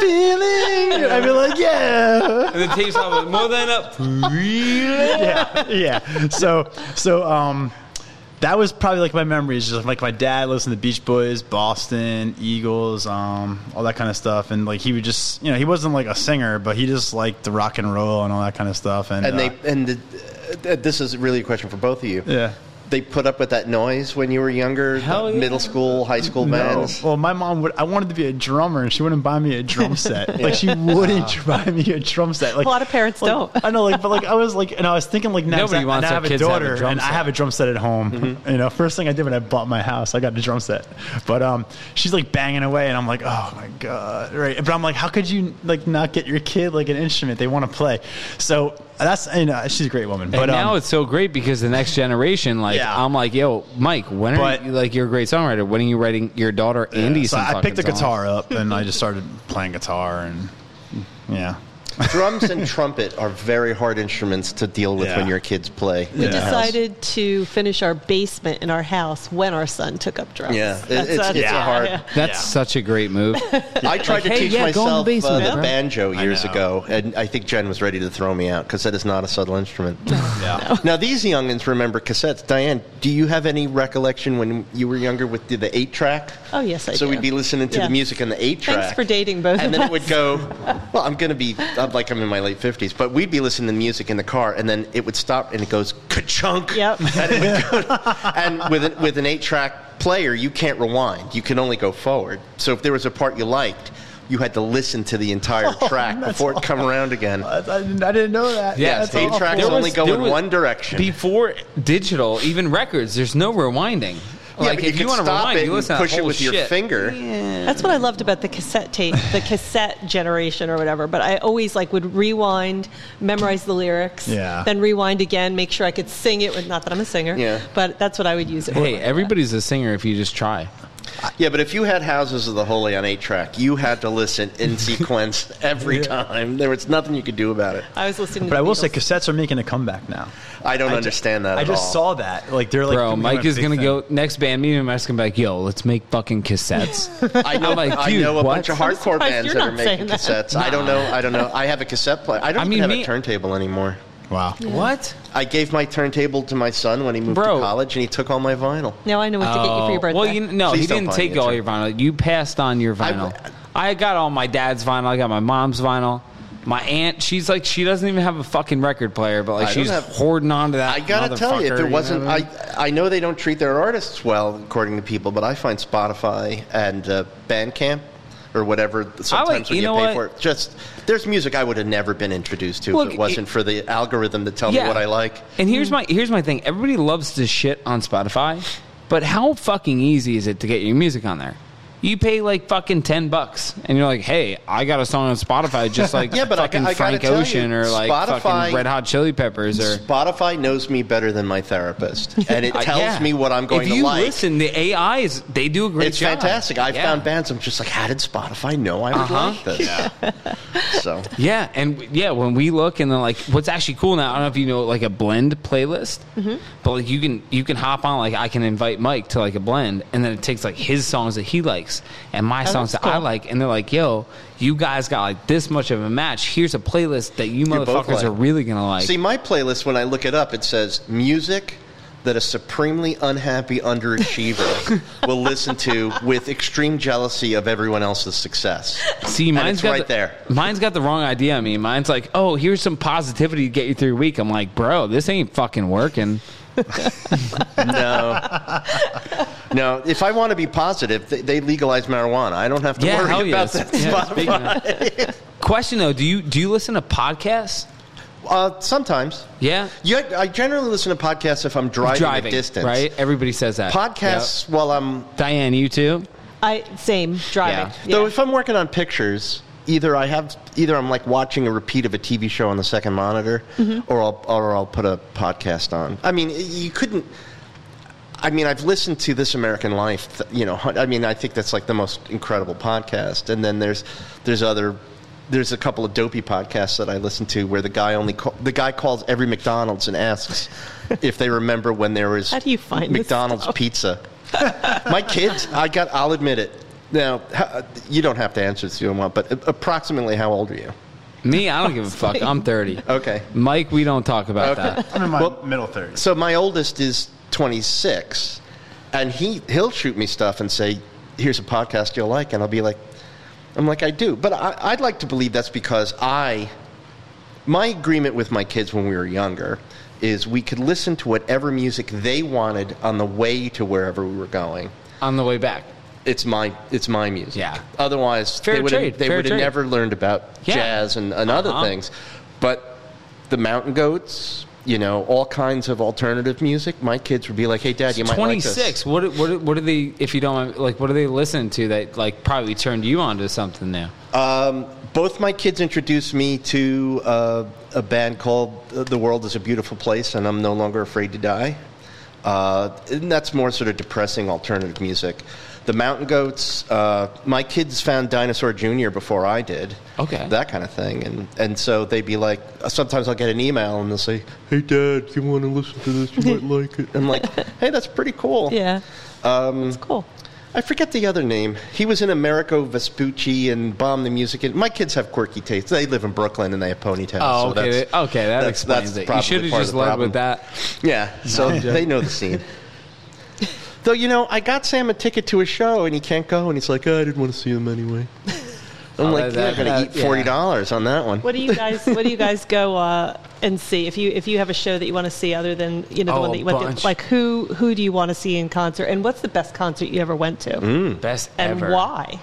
Speaker 4: feeling. I'd be like, yeah.
Speaker 2: And the tape's like, more than up.
Speaker 4: yeah, yeah. So, so um, that was probably like my memories. Just like my dad listened to Beach Boys, Boston Eagles, um, all that kind of stuff, and like he would just, you know, he wasn't like a singer, but he just liked the rock and roll and all that kind of stuff. And,
Speaker 3: And
Speaker 4: uh,
Speaker 3: they and the, uh, this is really a question for both of you.
Speaker 4: yeah.
Speaker 3: They put up with that noise when you were younger,
Speaker 2: Hell
Speaker 3: the
Speaker 2: yeah.
Speaker 3: middle school, high school
Speaker 4: No.
Speaker 3: bands.
Speaker 4: Well, my mom would. I wanted to be a drummer, and she wouldn't buy me a drum set. Like she wouldn't buy me a drum set. Like
Speaker 1: A lot of parents
Speaker 4: like,
Speaker 1: don't.
Speaker 4: I know, like, but like I was like, and I was thinking, like, now
Speaker 2: Nobody
Speaker 4: I,
Speaker 2: wants
Speaker 4: and I
Speaker 2: their
Speaker 4: have
Speaker 2: kids
Speaker 4: a
Speaker 2: to have a
Speaker 4: daughter,
Speaker 2: drum
Speaker 4: and I
Speaker 2: set. Mm-hmm.
Speaker 4: have a drum set at home. You know, first thing I did when I bought my house, I got a drum set. But um, she's like banging away, and I'm like, oh my god, right? But I'm like, how could you like not get your kid like an instrument they want to play? So that's you know, she's a great woman.
Speaker 2: But
Speaker 4: but
Speaker 2: now
Speaker 4: um,
Speaker 2: it's so great because the next generation, like
Speaker 4: Yeah.
Speaker 2: I'm like, yo, Mike, when are
Speaker 4: But-
Speaker 2: you like you're a great songwriter? When are you writing your daughter Andy?
Speaker 4: so
Speaker 2: some
Speaker 4: I picked the
Speaker 2: fucking songs? Mm-hmm.
Speaker 4: guitar up, and I just started playing guitar, and yeah.
Speaker 3: Drums and trumpet are very hard instruments to deal with
Speaker 4: Yeah.
Speaker 3: when your kids play.
Speaker 1: We
Speaker 4: Yeah.
Speaker 1: decided to finish our basement in our house when our son took up drums.
Speaker 3: Yeah, it- it's,
Speaker 1: that's-
Speaker 3: it's a hard.
Speaker 1: yeah.
Speaker 2: That's
Speaker 4: Yeah.
Speaker 2: such a great move.
Speaker 3: I tried to
Speaker 2: hey,
Speaker 3: teach
Speaker 2: yeah, go in the
Speaker 3: myself uh,
Speaker 2: basement,
Speaker 3: the
Speaker 2: bro.
Speaker 3: banjo
Speaker 4: I
Speaker 3: years
Speaker 4: know.
Speaker 3: ago, and I think Jen was ready to throw me out because that is not a subtle instrument.
Speaker 4: Yeah.
Speaker 3: now these youngins remember cassettes. Diane, do you have any recollection when you were younger with the, the eight track?
Speaker 1: Oh, yes, I
Speaker 3: So
Speaker 1: do.
Speaker 3: we'd be listening to
Speaker 1: Yeah.
Speaker 3: the music on the eight track.
Speaker 1: Thanks for dating both
Speaker 3: And
Speaker 1: of
Speaker 3: then
Speaker 1: us.
Speaker 3: it would go. Well, I'm gonna be. I'm like I'm in my late fifties, but we'd be listening to music in the car, and then it would stop, and it goes ka-chunk.
Speaker 1: Yep.
Speaker 3: And, it would go, and with an, with an eight track player, you can't rewind. You can only go forward. So if there was a part you liked, you had to listen to the entire
Speaker 1: Oh,
Speaker 3: track before it come around again.
Speaker 4: I, I didn't, I didn't know that.
Speaker 2: Yeah,
Speaker 4: That's
Speaker 3: eight
Speaker 4: awful.
Speaker 3: tracks
Speaker 2: There
Speaker 3: only
Speaker 2: was-
Speaker 3: go
Speaker 2: there
Speaker 3: in
Speaker 2: was-
Speaker 3: one direction.
Speaker 2: Before digital, even records, there's no rewinding.
Speaker 3: Yeah,
Speaker 2: like
Speaker 3: but
Speaker 2: if
Speaker 3: could
Speaker 2: you want to
Speaker 3: stop
Speaker 2: rewind,
Speaker 3: it
Speaker 2: you
Speaker 3: and
Speaker 2: listen to that
Speaker 3: push it
Speaker 2: whole
Speaker 3: with your
Speaker 2: shit.
Speaker 3: finger.
Speaker 1: That's what I loved about the cassette tape, the cassette generation or whatever. But I always like would rewind, memorize the lyrics,
Speaker 4: Yeah.
Speaker 1: then rewind again, make sure I could sing it. With, not that I'm a singer,
Speaker 3: Yeah.
Speaker 1: but that's what I would use it for.
Speaker 2: Hey, everybody's a singer if you just try.
Speaker 3: Yeah, but if you had Houses of the Holy on eight track, you had to listen in sequence every time. There was nothing you could do about it.
Speaker 1: I was listening. to
Speaker 4: But
Speaker 1: the
Speaker 4: I will say,
Speaker 1: Beatles.
Speaker 4: cassettes are making a comeback now.
Speaker 3: I don't
Speaker 4: ju-
Speaker 3: understand that.
Speaker 4: I
Speaker 3: at
Speaker 4: just
Speaker 3: all.
Speaker 4: saw that. Like they're like,
Speaker 2: Bro,
Speaker 4: doing
Speaker 2: Mike
Speaker 4: a
Speaker 2: is
Speaker 4: big
Speaker 2: gonna
Speaker 4: thing.
Speaker 2: go next band meeting. I'm just gonna be like, yo, let's make fucking cassettes.
Speaker 3: I know,
Speaker 2: I'm like,
Speaker 3: I
Speaker 2: dude,
Speaker 3: know a
Speaker 2: what?
Speaker 3: bunch of
Speaker 1: I'm
Speaker 3: hardcore
Speaker 1: surprised
Speaker 3: bands
Speaker 1: you're
Speaker 3: that are
Speaker 1: not saying
Speaker 3: making
Speaker 1: that.
Speaker 3: cassettes. I don't know. I don't know. I have a cassette player. I don't
Speaker 2: I
Speaker 3: even
Speaker 2: mean,
Speaker 3: have
Speaker 2: me-
Speaker 3: a turntable anymore.
Speaker 4: Wow.
Speaker 2: what?
Speaker 3: I gave my turntable to my son when he moved
Speaker 2: Bro.
Speaker 3: to college, and he took all my vinyl.
Speaker 1: now I know what to get you for your
Speaker 2: Oh,
Speaker 1: birthday.
Speaker 2: Well, you, no,
Speaker 3: Please
Speaker 2: he
Speaker 3: don't
Speaker 2: didn't
Speaker 3: buy
Speaker 2: take
Speaker 3: me a
Speaker 2: all
Speaker 3: turn.
Speaker 2: your vinyl. You passed on your vinyl. I, got all my dad's vinyl. I got my mom's vinyl. My aunt, she's like, she doesn't even have a fucking record player, but like
Speaker 3: I don't
Speaker 2: she's
Speaker 3: have-
Speaker 2: hoarding on to that.
Speaker 3: I gotta tell you, if
Speaker 2: motherfucker,
Speaker 3: it
Speaker 2: know
Speaker 3: wasn't,
Speaker 2: what I mean?
Speaker 3: I I know they don't treat their artists well, according to people, but I find Spotify and uh, Bandcamp or whatever sometimes when
Speaker 2: you
Speaker 3: you,
Speaker 2: know
Speaker 3: pay
Speaker 2: what?
Speaker 3: for it, just there's music I would have never been introduced to
Speaker 2: Look,
Speaker 3: if
Speaker 2: it-
Speaker 3: it wasn't for the algorithm to tell me what I like.
Speaker 2: And here's my here's my thing. Everybody loves to shit on Spotify, but how fucking easy is it to get your music on there? you pay like fucking ten bucks, and you're like, hey, I got a song on Spotify, just like
Speaker 3: Yeah, but I
Speaker 2: fucking
Speaker 3: got- I gotta
Speaker 2: Frank
Speaker 3: tell you,
Speaker 2: Ocean or like
Speaker 3: Spotify-
Speaker 2: fucking Red Hot Chili Peppers or.
Speaker 3: Spotify knows me better than my therapist, and it
Speaker 2: Uh,
Speaker 3: tells
Speaker 2: yeah.
Speaker 3: me what I'm going
Speaker 2: if
Speaker 3: to
Speaker 2: you
Speaker 3: like.
Speaker 2: Listen, the AIs they do a great
Speaker 3: it's
Speaker 2: job.
Speaker 3: fantastic. I've
Speaker 2: Yeah.
Speaker 3: found bands. I'm just like, how did Spotify know I would
Speaker 2: Uh-huh.
Speaker 3: like this? So
Speaker 2: Yeah, and yeah, when we look and then like what's actually cool now, I don't know if you know like a blend playlist,
Speaker 1: Mm-hmm.
Speaker 2: but like you can you can hop on like I can invite Mike to like a blend, and then it takes like his songs that he likes and my songs that
Speaker 1: Oh, that's cool.
Speaker 2: I like, and they're like, yo, you guys got like this much of a match. Here's a playlist that you
Speaker 3: both
Speaker 2: motherfuckers
Speaker 3: like.
Speaker 2: are really gonna like.
Speaker 3: See, my playlist, when I look it up, it says music that a supremely unhappy underachiever will listen to with extreme jealousy of everyone else's success.
Speaker 2: See,
Speaker 3: And
Speaker 2: mine's
Speaker 3: it's
Speaker 2: got
Speaker 3: right
Speaker 2: the-
Speaker 3: there.
Speaker 2: Mine's got the wrong idea. I mean, mine's like, oh, here's some positivity to get you through your week. I'm like, bro, this ain't fucking working.
Speaker 3: No. No, if I want to be positive, they, they legalize marijuana. I don't have to
Speaker 2: Yeah, hell
Speaker 3: worry about
Speaker 2: yes.
Speaker 3: that.
Speaker 2: Yeah,
Speaker 3: Spotify.
Speaker 2: speaking Question though, do you do you listen to podcasts?
Speaker 3: Uh, sometimes.
Speaker 2: Yeah,
Speaker 3: Yeah, I generally listen to podcasts if I'm driving,
Speaker 2: driving
Speaker 3: a distance.
Speaker 2: right? Everybody says that.
Speaker 3: Podcasts while I'm
Speaker 2: Yep. Diane, you too.
Speaker 1: I same driving.
Speaker 2: Yeah.
Speaker 1: Yeah.
Speaker 3: Though if I'm working on pictures, either I have either I'm like watching a repeat of a TV show on the second monitor, or I'll or I'll put a podcast on. I mean, you couldn't. I mean, I've listened to This American Life. th- You know, hun- I mean, I think that's like the most incredible podcast. And then there's there's other. There's a couple of dopey podcasts that I listen to where the guy only call, the guy calls every McDonald's and asks if they remember when there was
Speaker 1: How do you find this
Speaker 3: McDonald's
Speaker 1: stuff?
Speaker 3: pizza. My kids, I got. I'll admit it. Now, ho- you don't have to answer this if you don't want, but uh, approximately how old are you?
Speaker 2: Me, I don't give a fuck. I'm 30.
Speaker 3: Okay.
Speaker 2: Mike, we don't talk about
Speaker 3: Okay.
Speaker 2: that.
Speaker 4: I'm in my
Speaker 3: Well-
Speaker 4: middle 30s.
Speaker 3: So my oldest is 26, and he he'll shoot me stuff and say, "Here's a podcast you'll like," and I'll be like, "I'm like I do," but I, I'd like to believe that's because I, my agreement with my kids when we were younger is we could listen to whatever music they wanted on the way to wherever we were going.
Speaker 2: On the way back.
Speaker 3: It's my it's my music.
Speaker 2: Yeah.
Speaker 3: Otherwise,
Speaker 2: Fair
Speaker 3: they would
Speaker 2: trade,
Speaker 3: have, they
Speaker 2: fair
Speaker 3: would have
Speaker 2: trade.
Speaker 3: never learned about
Speaker 2: Yeah.
Speaker 3: jazz and, and other
Speaker 2: Uh-huh.
Speaker 3: things. But the Mountain Goats, you know, all kinds of alternative music. My kids would be like, "Hey, Dad, you might like this."
Speaker 2: 26. What what what what are they? If you don't mind, like, what are they listening to that like probably turned you on to something new?
Speaker 3: Um, both my kids introduced me to uh, a band called uh, "The World Is a Beautiful Place" and "I'm No Longer Afraid to Die." Uh, and that's more sort of depressing alternative music. The Mountain Goats. Uh, my kids found Dinosaur Jr. before I did.
Speaker 2: Okay.
Speaker 3: That kind of thing, and and so they'd be like. Sometimes I'll get an email and they'll say, "Hey, Dad, you want to listen to this? You might like it." I'm like, "Hey, that's pretty cool."
Speaker 1: yeah. Um, it's cool.
Speaker 3: I forget the other name. He was in Americo Vespucci and Bomb the Music. And my kids have quirky tastes. They live in Brooklyn and they have ponytails.
Speaker 2: Oh,
Speaker 3: so
Speaker 2: okay,
Speaker 3: that's-
Speaker 2: that- okay, that
Speaker 3: that's-
Speaker 2: explains
Speaker 3: that's
Speaker 2: it. You
Speaker 3: probably
Speaker 2: should have
Speaker 3: part of
Speaker 2: just
Speaker 3: the
Speaker 2: led
Speaker 3: problem.
Speaker 2: with that.
Speaker 3: Yeah, so they know the scene. Though you know, I got Sam a ticket to a show and he can't go, and he's like, oh, "I didn't want to see him anyway." I'm
Speaker 2: Oh,
Speaker 3: like,
Speaker 2: that-
Speaker 3: "You're
Speaker 2: that-
Speaker 3: gonna eat
Speaker 2: yeah.
Speaker 3: forty dollars on that one."
Speaker 1: What do you guys? What do you guys go uh, and see if you if you have a show that you want to see other than you know the
Speaker 2: Oh,
Speaker 1: one that you went
Speaker 2: a
Speaker 1: to?
Speaker 2: bunch.
Speaker 1: Like who who do you want to see in concert? And what's the best concert you ever went to?
Speaker 2: Best
Speaker 1: And
Speaker 2: Mm. ever.
Speaker 1: why?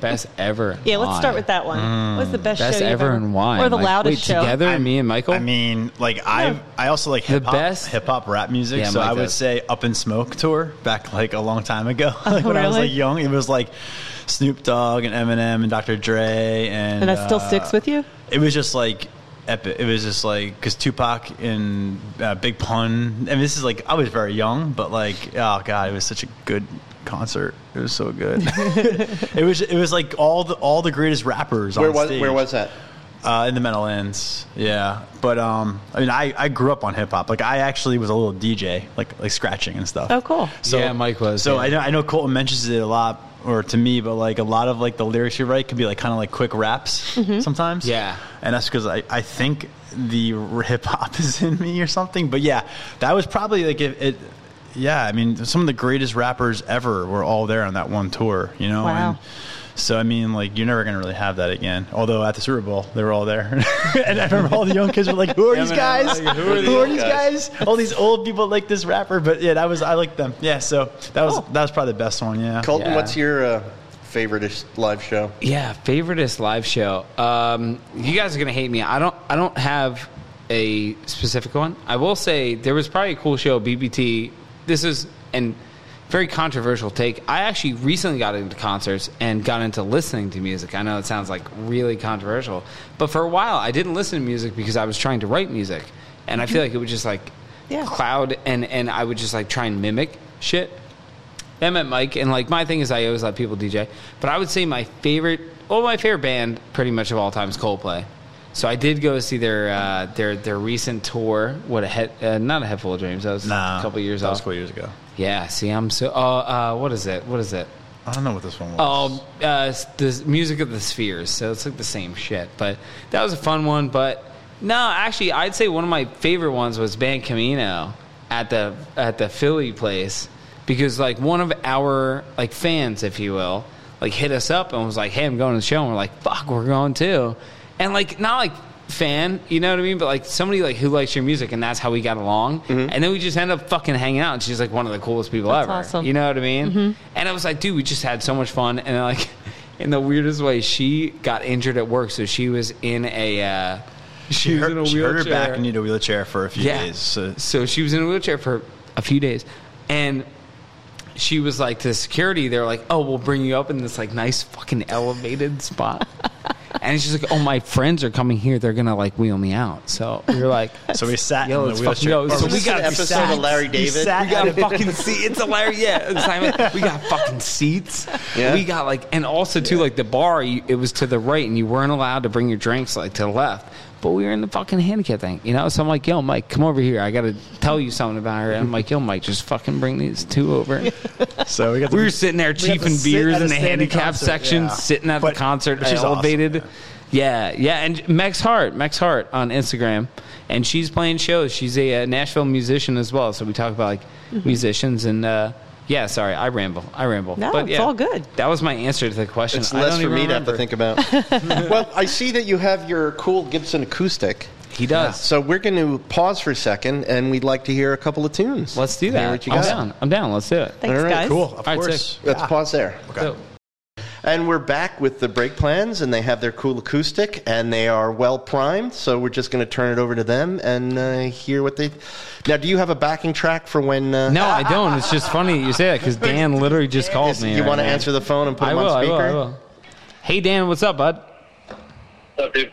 Speaker 2: Best ever.
Speaker 1: Yeah, let's start
Speaker 2: Why?
Speaker 1: with that one.
Speaker 3: Mm.
Speaker 1: What's the best,
Speaker 2: Best
Speaker 1: show you've
Speaker 2: ever and why?
Speaker 1: Or the
Speaker 2: Mike?
Speaker 1: loudest
Speaker 2: Wait,
Speaker 1: show?
Speaker 2: together,
Speaker 4: I'm-
Speaker 2: me and Michael.
Speaker 4: I mean, like I, I also like hip hop,
Speaker 2: best-
Speaker 4: hip hop rap music.
Speaker 2: Yeah,
Speaker 4: so
Speaker 2: Mike
Speaker 4: I would
Speaker 2: does.
Speaker 4: say Up in Smoke tour back like a long time ago, like when I was
Speaker 1: really?
Speaker 4: like young. It was like Snoop Dogg and Eminem and Dr. Dre, and
Speaker 1: And that still
Speaker 4: uh,
Speaker 1: sticks with you?
Speaker 4: It was just like epic. It was just like because Tupac and uh, Big Pun. I mean, this is like I was very young, but like oh god, it was such a good concert. It was so good. it was it was like all the all the greatest rappers.
Speaker 3: where
Speaker 4: on
Speaker 3: was
Speaker 4: stage.
Speaker 3: where was that?
Speaker 4: Uh, in the Metal Ends, yeah. But um, I mean, I, I grew up on hip hop. Like, I actually was a little DJ, like like scratching and stuff.
Speaker 1: Oh, cool.
Speaker 2: Yeah, Mike was,
Speaker 4: So
Speaker 2: yeah.
Speaker 4: I know I know Colton mentions it a lot, or to me, but like a lot of like the lyrics you write can be like kind of like quick raps sometimes.
Speaker 2: Yeah.
Speaker 4: and that's because I I think the hip hop is in me or something. But yeah, that was probably like it. it yeah, I mean, some of the greatest rappers ever were all there on that one tour, you know?
Speaker 1: Wow.
Speaker 4: And so, I mean, like, you're never going to really have that again. Although, at the Super Bowl, they were all there. and I remember all the young kids were like, who are these
Speaker 2: Eminem,
Speaker 4: guys?
Speaker 2: like,
Speaker 4: who are, these guys? All these old people like this rapper. But yeah, that was, I liked them. Yeah, so that was,
Speaker 2: Oh.
Speaker 4: that was probably the best one, yeah.
Speaker 3: Colton,
Speaker 2: Yeah.
Speaker 3: what's your uh, favorite live show?
Speaker 2: Yeah, favoriteest live show. Um, you guys are gonna hate me. I don't. I don't have a specific one. I will say there was probably a cool show. BBT. This is and very controversial take. I actually recently got into concerts and got into listening to music. I know it sounds like really controversial, but for a while I didn't listen to music because I was trying to write music, and I feel like it would just like
Speaker 1: Yeah.
Speaker 2: cloud and and I would just like try and mimic shit. I met Mike, and like my thing is I always let people DJ, but I would say my favorite, well, my favorite band pretty much of all time is Coldplay. So I did go see their uh, their their recent tour. What a head, uh, not a head full of dreams. That was
Speaker 4: Nah,
Speaker 2: a couple years
Speaker 4: that
Speaker 2: off.
Speaker 4: was a couple years ago.
Speaker 2: Yeah, see, I'm so. Oh, uh, what is it? What is it?
Speaker 4: I don't know what this one was.
Speaker 2: Oh, uh, the music of the spheres. So it's like the same shit. But that was a fun one. But no, actually, I'd say one of my favorite ones was Band Camino at the at the Philly place because like one of our like fans, if you will, like hit us up and was like, "Hey, I'm going to the show," and we're like, "Fuck, we're going too," and like not like fan, you know what I mean? But like somebody like who likes your music, and that's how we got along. And then we just ended up fucking hanging out. And she's like one of the coolest people
Speaker 1: Mm-hmm. That's
Speaker 2: ever.
Speaker 1: awesome.
Speaker 2: You know what I mean? And I was like, dude, we just had so much fun. And like in the weirdest way, she got injured at work, so she was in a uh, she,
Speaker 4: she
Speaker 2: was
Speaker 4: hurt,
Speaker 2: in a
Speaker 4: she hurt
Speaker 2: wheelchair.
Speaker 4: her back and needed a wheelchair for a few
Speaker 2: yeah.
Speaker 4: days. So
Speaker 2: so she was in a wheelchair for a few days, and she was like to security, they're like, "Oh, we'll bring you up in this like nice fucking elevated spot." and she's like, "Oh, my friends are coming here. They're gonna like wheel me out." So we were like,
Speaker 4: So we sat
Speaker 2: Yo,
Speaker 4: in the
Speaker 2: let's
Speaker 4: wheelchair.
Speaker 2: fucking go.
Speaker 4: Or
Speaker 2: So
Speaker 4: was
Speaker 2: we
Speaker 4: this
Speaker 2: got
Speaker 5: an
Speaker 2: we
Speaker 5: episode
Speaker 2: sat-
Speaker 5: of Larry
Speaker 2: we
Speaker 5: David?
Speaker 2: sat
Speaker 5: We
Speaker 2: we
Speaker 5: got
Speaker 2: got
Speaker 5: it.
Speaker 2: fucking seat. It's hilarious. Yeah, Simon, we got fucking seats.
Speaker 5: Yeah.
Speaker 2: We got like, and also too, like the bar, you, it was to the right, and you weren't allowed to bring your drinks like to the left. But we were in the fucking handicap thing, you know. So I'm like, "Yo, Mike, come over here. I gotta tell you something about her." And I'm like, "Yo, Mike, just fucking bring these two over."
Speaker 4: So we got
Speaker 2: We were sitting there
Speaker 4: We had to
Speaker 2: cheaping
Speaker 4: sit
Speaker 2: beers in
Speaker 4: at a
Speaker 2: the
Speaker 4: standing
Speaker 2: handicap
Speaker 4: concert,
Speaker 2: section,
Speaker 4: yeah.
Speaker 2: sitting at
Speaker 4: But-
Speaker 2: the concert,
Speaker 4: but she's awesome,
Speaker 2: elevated.
Speaker 4: yeah.
Speaker 2: yeah. yeah, and Max Hart, Max Hart on Instagram, and she's playing shows. She's a, uh Nashville musician as well, so we talk about like
Speaker 4: Mm-hmm.
Speaker 2: musicians and. Uh, yeah, sorry, I ramble. I ramble.
Speaker 1: No,
Speaker 2: but
Speaker 1: it's
Speaker 2: yeah,
Speaker 1: all good.
Speaker 2: That was my answer to the question.
Speaker 5: It's
Speaker 2: I
Speaker 5: less
Speaker 2: don't
Speaker 5: for
Speaker 2: even
Speaker 5: me
Speaker 2: remember.
Speaker 5: to have to think about. well, I see that you have your cool Gibson acoustic.
Speaker 2: He does.
Speaker 5: So we're going to pause for a second, and we'd like to hear a couple of tunes.
Speaker 2: Let's do
Speaker 5: Hear
Speaker 2: that.
Speaker 5: what you
Speaker 2: I'm
Speaker 5: got.
Speaker 2: down. I'm down. Let's do it.
Speaker 1: Thanks,
Speaker 5: All right,
Speaker 1: guys.
Speaker 4: cool. Of
Speaker 2: All right,
Speaker 4: course.
Speaker 2: sick.
Speaker 5: Let's
Speaker 4: Yeah.
Speaker 5: pause there.
Speaker 2: So,
Speaker 5: And we're back with the break plans, and they have their cool acoustic, and they are well primed. So we're just going to turn it over to them and uh, hear what they. Now, do you have a backing track for when? Uh,
Speaker 2: no, I don't. It's just funny that you say that because Dan literally just called
Speaker 5: Yes,
Speaker 2: me.
Speaker 5: you
Speaker 2: right
Speaker 5: want to
Speaker 2: now.
Speaker 5: answer the phone and put
Speaker 2: I
Speaker 5: them
Speaker 2: will,
Speaker 5: on
Speaker 2: I will.
Speaker 5: speaker?
Speaker 2: I will. Hey Dan, what's up, bud?
Speaker 6: What's up, dude?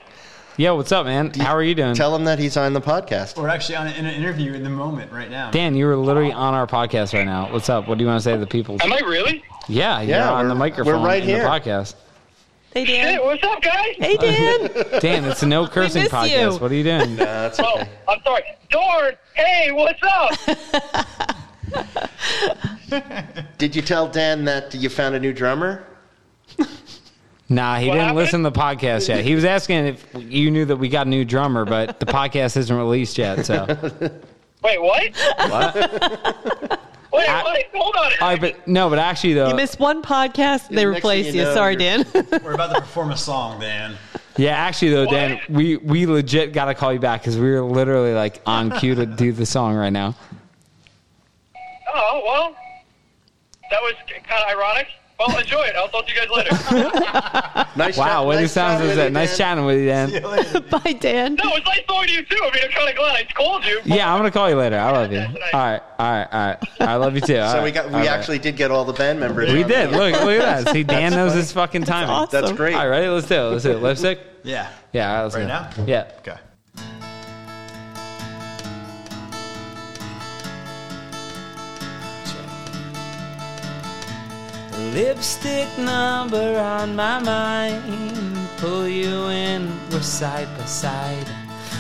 Speaker 2: Yo, what's up, man? How are you doing?
Speaker 5: Tell them that he's on the podcast.
Speaker 4: We're actually on an interview in the moment right now.
Speaker 2: Dan, you were literally on our podcast right now. What's up? What do you want to say to the people?
Speaker 6: Am I really?
Speaker 2: Yeah, you're
Speaker 5: Yeah,
Speaker 2: on
Speaker 5: we're-
Speaker 2: the microphone.
Speaker 5: we're right
Speaker 2: in
Speaker 5: here.
Speaker 2: The podcast.
Speaker 1: Hey,
Speaker 6: Hey,
Speaker 1: Dan.
Speaker 6: what's up, guys?
Speaker 1: Hey, Dan.
Speaker 2: Dan, it's a no cursing
Speaker 1: miss
Speaker 2: podcast.
Speaker 1: you.
Speaker 2: What are you doing?
Speaker 5: That's
Speaker 6: Oh, I'm sorry. Dorn, hey, what's up?
Speaker 5: Did you tell Dan that you found a new drummer?
Speaker 2: Nah, he
Speaker 6: What
Speaker 2: didn't
Speaker 6: happened?
Speaker 2: listen to the podcast yet. He was asking if you knew that we got a new drummer, but the podcast isn't released yet. So, all
Speaker 6: Wait, what? Wait,
Speaker 2: I-
Speaker 6: wait, hold on.
Speaker 2: right, but no, but actually though,
Speaker 1: You miss one podcast, they
Speaker 5: next
Speaker 1: replace
Speaker 5: thing
Speaker 1: you.
Speaker 5: you know,
Speaker 1: Sorry,
Speaker 5: you're-
Speaker 1: Dan.
Speaker 4: We're about to perform a song, Dan.
Speaker 2: yeah, actually though,
Speaker 6: What?
Speaker 2: Dan, we we legit got to call you back because we were literally like on cue to do the song right now.
Speaker 6: oh, well, that was kind of ironic. Well, enjoy it. I'll talk to you guys later.
Speaker 5: Nice
Speaker 2: Wow,
Speaker 5: shot-
Speaker 2: what he
Speaker 5: nice shot
Speaker 2: sounds is
Speaker 5: with
Speaker 2: that?
Speaker 5: you,
Speaker 2: Nice
Speaker 5: Dan.
Speaker 2: chatting with you, Dan.
Speaker 1: Bye, Dan.
Speaker 6: no, it's nice talking to you, too. I mean, I'm kind of glad I called you. but-
Speaker 2: Yeah, I'm gonna call you later. I love you. All right, all right, all right. I love you too. All
Speaker 5: So
Speaker 2: right,
Speaker 5: we got we
Speaker 2: all right.
Speaker 5: actually did get all the band members.
Speaker 2: we
Speaker 5: on.
Speaker 2: did. Look, look at that. See, Dan knows his fucking timing.
Speaker 1: awesome.
Speaker 5: That's great.
Speaker 2: All right, ready? Let's do it. Let's do it. Lipstick.
Speaker 4: Yeah.
Speaker 2: Yeah, all right, let's
Speaker 4: Right
Speaker 2: do it.
Speaker 4: now?
Speaker 2: Yeah.
Speaker 4: Okay.
Speaker 2: Lipstick number on my mind. Pull you in, we're side by side.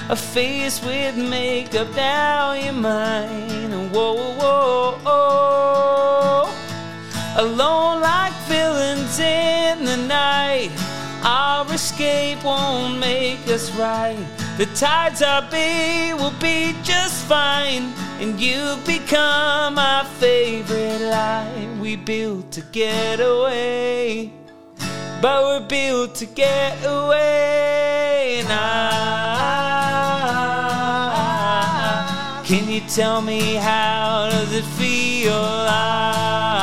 Speaker 2: A face with makeup, now you're mine. Whoa, whoa, whoa. Alone like villains in the night. Our escape won't make us right. The tides are big, we'll be just fine. And you've become our favorite line. We built to get away, but we're built to get away. And I, can you tell me how does it feel? I,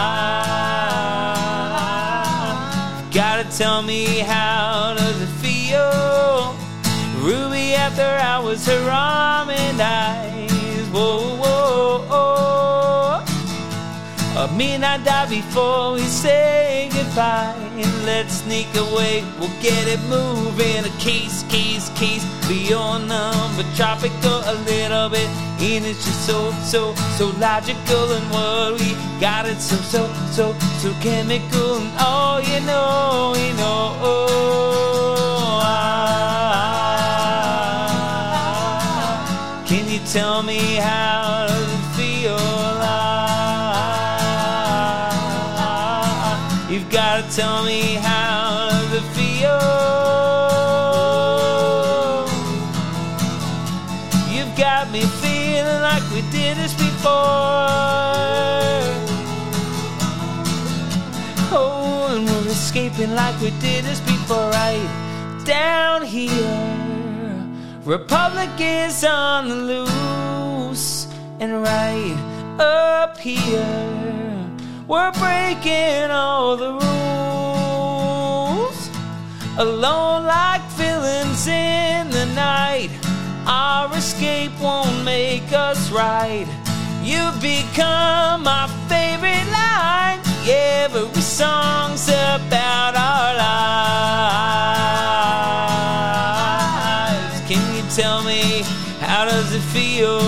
Speaker 2: you gotta tell me how does it feel? Ruby after hours, her arm and eyes. Whoa, whoa, whoa. A Me and I die before we say goodbye. And let's sneak away, we'll get it moving. A case, case, case, be your number. Tropical a little bit, and it's just so, so, so logical. And what we got, it's so, so, so, so chemical. And oh, you know, you know, oh, ah, can you tell me how to feel? Ah, you've got to tell me how to feel. You've got me feeling like we did this before. Oh, and we're escaping like we did this before, right down here. Republic is on the loose, and right up here, we're breaking all the rules. Alone like villains in the night. Our escape won't make us right. You've become my favorite line. Every song's about our lives. Can you tell me how does it feel?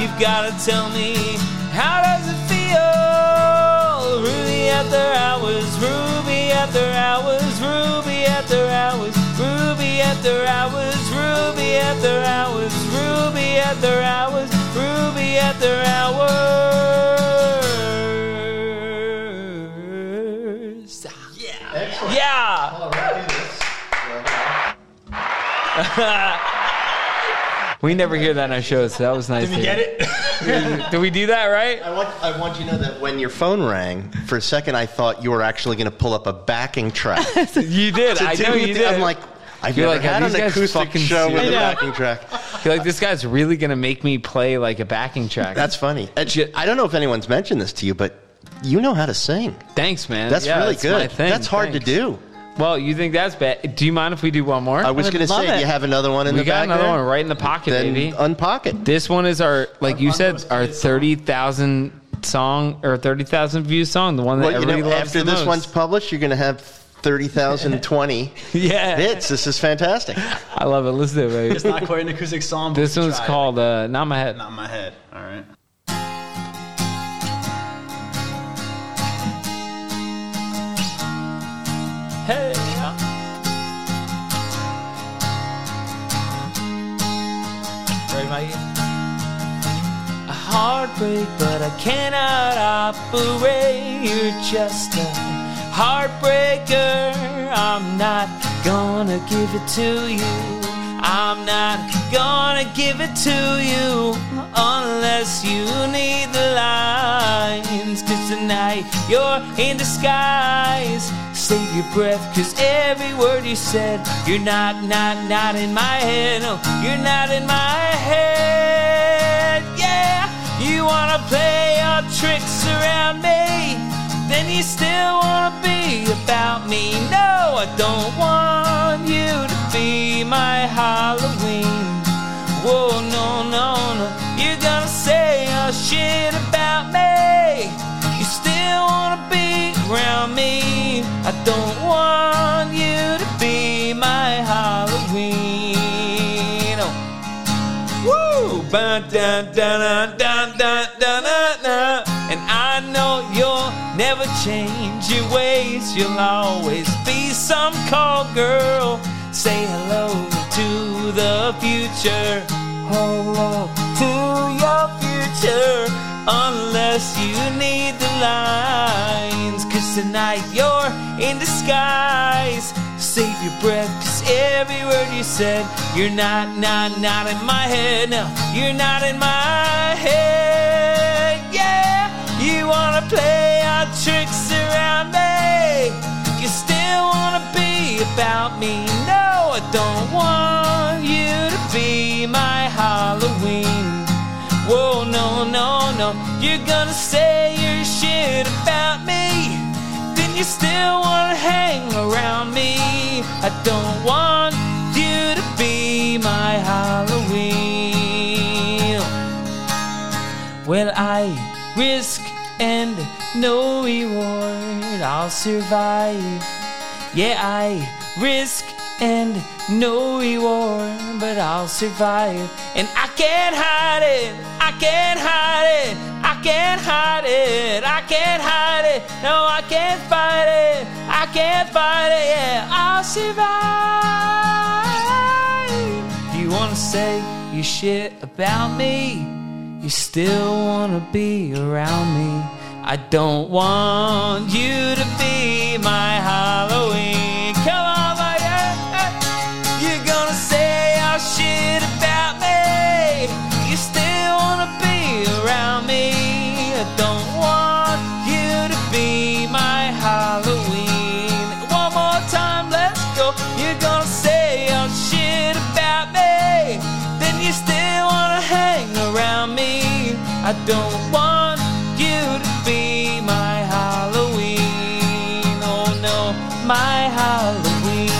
Speaker 2: You've gotta tell me how does it feel? Ruby after hours, Ruby after hours, Ruby after hours, Ruby after hours, Ruby after hours, Ruby after hours, Ruby after hours. Yeah. Yeah.
Speaker 7: We never hear that on shows, so that was nice. Did we get it? Did we do that right?
Speaker 3: I want, I want you to know that when your phone rang, for a second I thought you were actually going to pull up a backing track.
Speaker 7: You did. I
Speaker 3: To
Speaker 7: know
Speaker 3: do
Speaker 7: you
Speaker 3: with
Speaker 7: did.
Speaker 3: the- I'm like, I've
Speaker 7: You're
Speaker 3: never
Speaker 7: like, are
Speaker 3: had
Speaker 7: these
Speaker 3: an
Speaker 7: guys
Speaker 3: acoustic
Speaker 7: fucking
Speaker 3: show with a
Speaker 7: serious?
Speaker 3: backing track.
Speaker 7: You're like, this guy's really gonna make me play like a backing track.
Speaker 3: That's funny. And sh- I don't know if anyone's mentioned this to you, but you know how to sing.
Speaker 7: thanks, man.
Speaker 3: That's
Speaker 7: Yeah,
Speaker 3: really
Speaker 7: that's my
Speaker 3: good.
Speaker 7: thing.
Speaker 3: That's hard
Speaker 7: Thanks.
Speaker 3: to do.
Speaker 7: Well, you think that's bad? Do you mind if we do one more?
Speaker 3: I was
Speaker 1: would
Speaker 3: going to
Speaker 1: love
Speaker 3: say, do
Speaker 1: it.
Speaker 3: you have another one in
Speaker 7: we
Speaker 3: the
Speaker 7: got
Speaker 3: back
Speaker 7: another
Speaker 3: there?
Speaker 7: one right in the pocket,
Speaker 3: Then uh,
Speaker 7: baby.
Speaker 3: unpocket.
Speaker 7: This one is our, like you said, our 30,000 song or 30,000 view song, the one that
Speaker 3: Well, you
Speaker 7: everybody
Speaker 3: know,
Speaker 7: loves
Speaker 3: after
Speaker 7: the
Speaker 3: this
Speaker 7: most.
Speaker 3: one's published, you're going to have 30,020
Speaker 7: yeah.
Speaker 3: hits. This is fantastic.
Speaker 7: I love it. Listen to it,
Speaker 4: It's
Speaker 7: baby.
Speaker 4: not quite an acoustic song. But
Speaker 7: This
Speaker 4: we
Speaker 7: one's
Speaker 4: tried.
Speaker 7: called uh, Not My Head.
Speaker 4: Not in my head. All right.
Speaker 7: Hey. Ready, Mikey?
Speaker 2: a heartbreak, but I cannot operate. You're just a heartbreaker. I'm not gonna give it to you. I'm not gonna give it to you unless you need the lines. Cause tonight you're in disguise. Save your breath, cause every word you said, you're not, not, not in my head. No, you're not in my head. Yeah, you wanna play your tricks around me, then you still wanna be about me. No, I don't want you to be my Halloween. Whoa, no, no, no, you're gonna say your shit about me. You still wanna be around me. I don't want you to be my Halloween. Oh. Woo! Ba da da da da da da da da. And I know you'll never change your ways. You'll always be some call girl. Say hello to the future. Hello to your future. Unless you need the lines. Cause tonight you're in disguise. Save your breath, cause every word you said, you're not, not, not in my head. No, you're not in my head. Yeah, you wanna play our tricks around me. You still wanna be about me. No, I don't want you to be my Halloween. Whoa, no, no, no. You're gonna say your shit about me. Then you still wanna hang around me. I don't want you to be my Halloween. Well, I risk and no reward. I'll survive. Yeah, I risk and no reward, but I'll survive. And I can't hide it. I can't hide it. I can't hide it. I can't hide it. No, I can't fight it. I can't fight it. Yeah, I'll survive. You wanna say your shit about me? You still wanna be around me. I don't want you to be my Halloween. Come on, my yeah. You're gonna say all shit about me. You still wanna be around me. I don't want you to be my Halloween. One more time, let's go. You're gonna say all shit about me. Then you still wanna hang around me. I don't want you to be my Halloween. Oh no, my Halloween.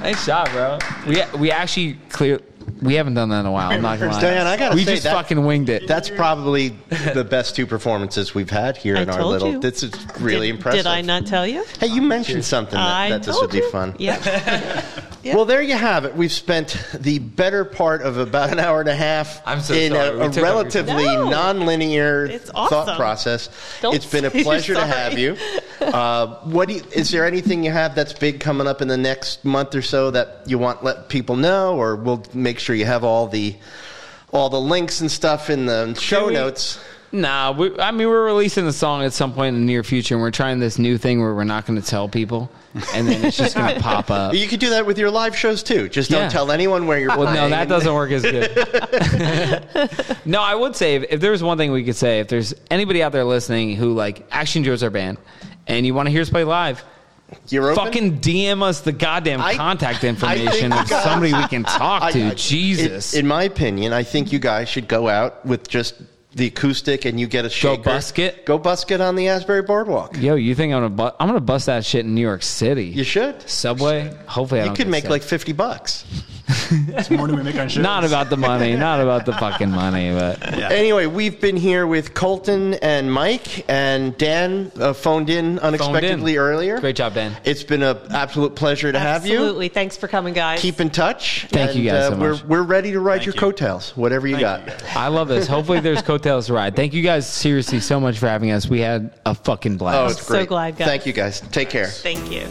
Speaker 2: Nice shot, bro.
Speaker 8: We we actually clear. We haven't done that in a while. I'm not gonna lie.
Speaker 3: Diane, I gotta
Speaker 8: we
Speaker 3: say
Speaker 8: just
Speaker 3: that-
Speaker 8: fucking winged it.
Speaker 3: That's probably the best two performances we've had here
Speaker 1: I
Speaker 3: in our
Speaker 1: told
Speaker 3: little.
Speaker 1: you.
Speaker 3: This is really
Speaker 1: did,
Speaker 3: impressive.
Speaker 1: Did I not tell you?
Speaker 3: Hey, you mentioned something that,
Speaker 1: I
Speaker 3: that this
Speaker 1: told
Speaker 3: would be
Speaker 1: you.
Speaker 3: fun.
Speaker 1: Yep.
Speaker 3: Well, there you have it. We've spent the better part of about an hour and a half
Speaker 8: I'm so
Speaker 3: in
Speaker 8: sorry. We
Speaker 3: a, a
Speaker 8: took up your-
Speaker 3: relatively
Speaker 1: No.
Speaker 3: non-linear
Speaker 1: It's
Speaker 3: thought
Speaker 1: awesome.
Speaker 3: process.
Speaker 1: Don't
Speaker 3: it's been a
Speaker 1: say you're
Speaker 3: pleasure to
Speaker 1: sorry.
Speaker 3: have you. Uh, what do you, is there anything you have that's big coming up in the next month or so that you want let people know, or we'll make sure you have all the all the links and stuff in the show
Speaker 8: we-
Speaker 3: notes.
Speaker 8: Nah, we, I mean we're releasing the song at some point in the near future, and we're trying this new thing where we're not going to tell people, and then it's just going to pop up.
Speaker 3: You could do that with your live shows too. Just don't
Speaker 8: Yeah.
Speaker 3: tell anyone where you're
Speaker 8: Well,
Speaker 3: playing.
Speaker 8: no, that doesn't work as good. no, I would say if, if there was one thing we could say, if there's anybody out there listening who like actually enjoys our band, and you want to hear us play live,
Speaker 3: You're open?
Speaker 8: fucking DM us the goddamn
Speaker 3: I-
Speaker 8: contact
Speaker 3: I
Speaker 8: information
Speaker 3: think-
Speaker 8: of somebody we can talk
Speaker 3: I-
Speaker 8: to.
Speaker 3: I-
Speaker 8: Jesus,
Speaker 3: In, in my opinion, I think you guys should go out with just the acoustic and you get a shaker.
Speaker 8: busket?
Speaker 3: Go busket on the Asbury Boardwalk.
Speaker 8: yo, you think I'm gonna bu- I'm gonna bust that shit in New York City?
Speaker 3: You should.
Speaker 8: Subway. Hopefully, I
Speaker 3: You
Speaker 8: don't
Speaker 3: could
Speaker 8: get
Speaker 3: make
Speaker 8: sick.
Speaker 3: like 50 bucks.
Speaker 4: It's more than we make on shows.
Speaker 8: not about the money, not about the fucking money, but
Speaker 4: Yeah.
Speaker 3: Anyway, we've been here with Colton and Mike, and Dan uh, phoned in unexpectedly earlier.
Speaker 8: Great job, Dan.
Speaker 3: It's been an absolute pleasure to have you.
Speaker 1: Absolutely. Thanks for coming, guys.
Speaker 3: Keep in touch. uh,
Speaker 8: Thank you guys so
Speaker 3: we're,
Speaker 8: much.
Speaker 3: we're ready to ride
Speaker 4: Thank
Speaker 3: your
Speaker 4: you.
Speaker 3: coattails, whatever you
Speaker 4: Thank you,
Speaker 3: got.
Speaker 8: I love this. Hopefully, there's coattails to ride. Thank you guys seriously so much for having us. We had a fucking blast.
Speaker 3: Oh, it's
Speaker 1: so
Speaker 3: great.
Speaker 1: glad, guys.
Speaker 3: Thank you guys. Take care.
Speaker 1: Thank you.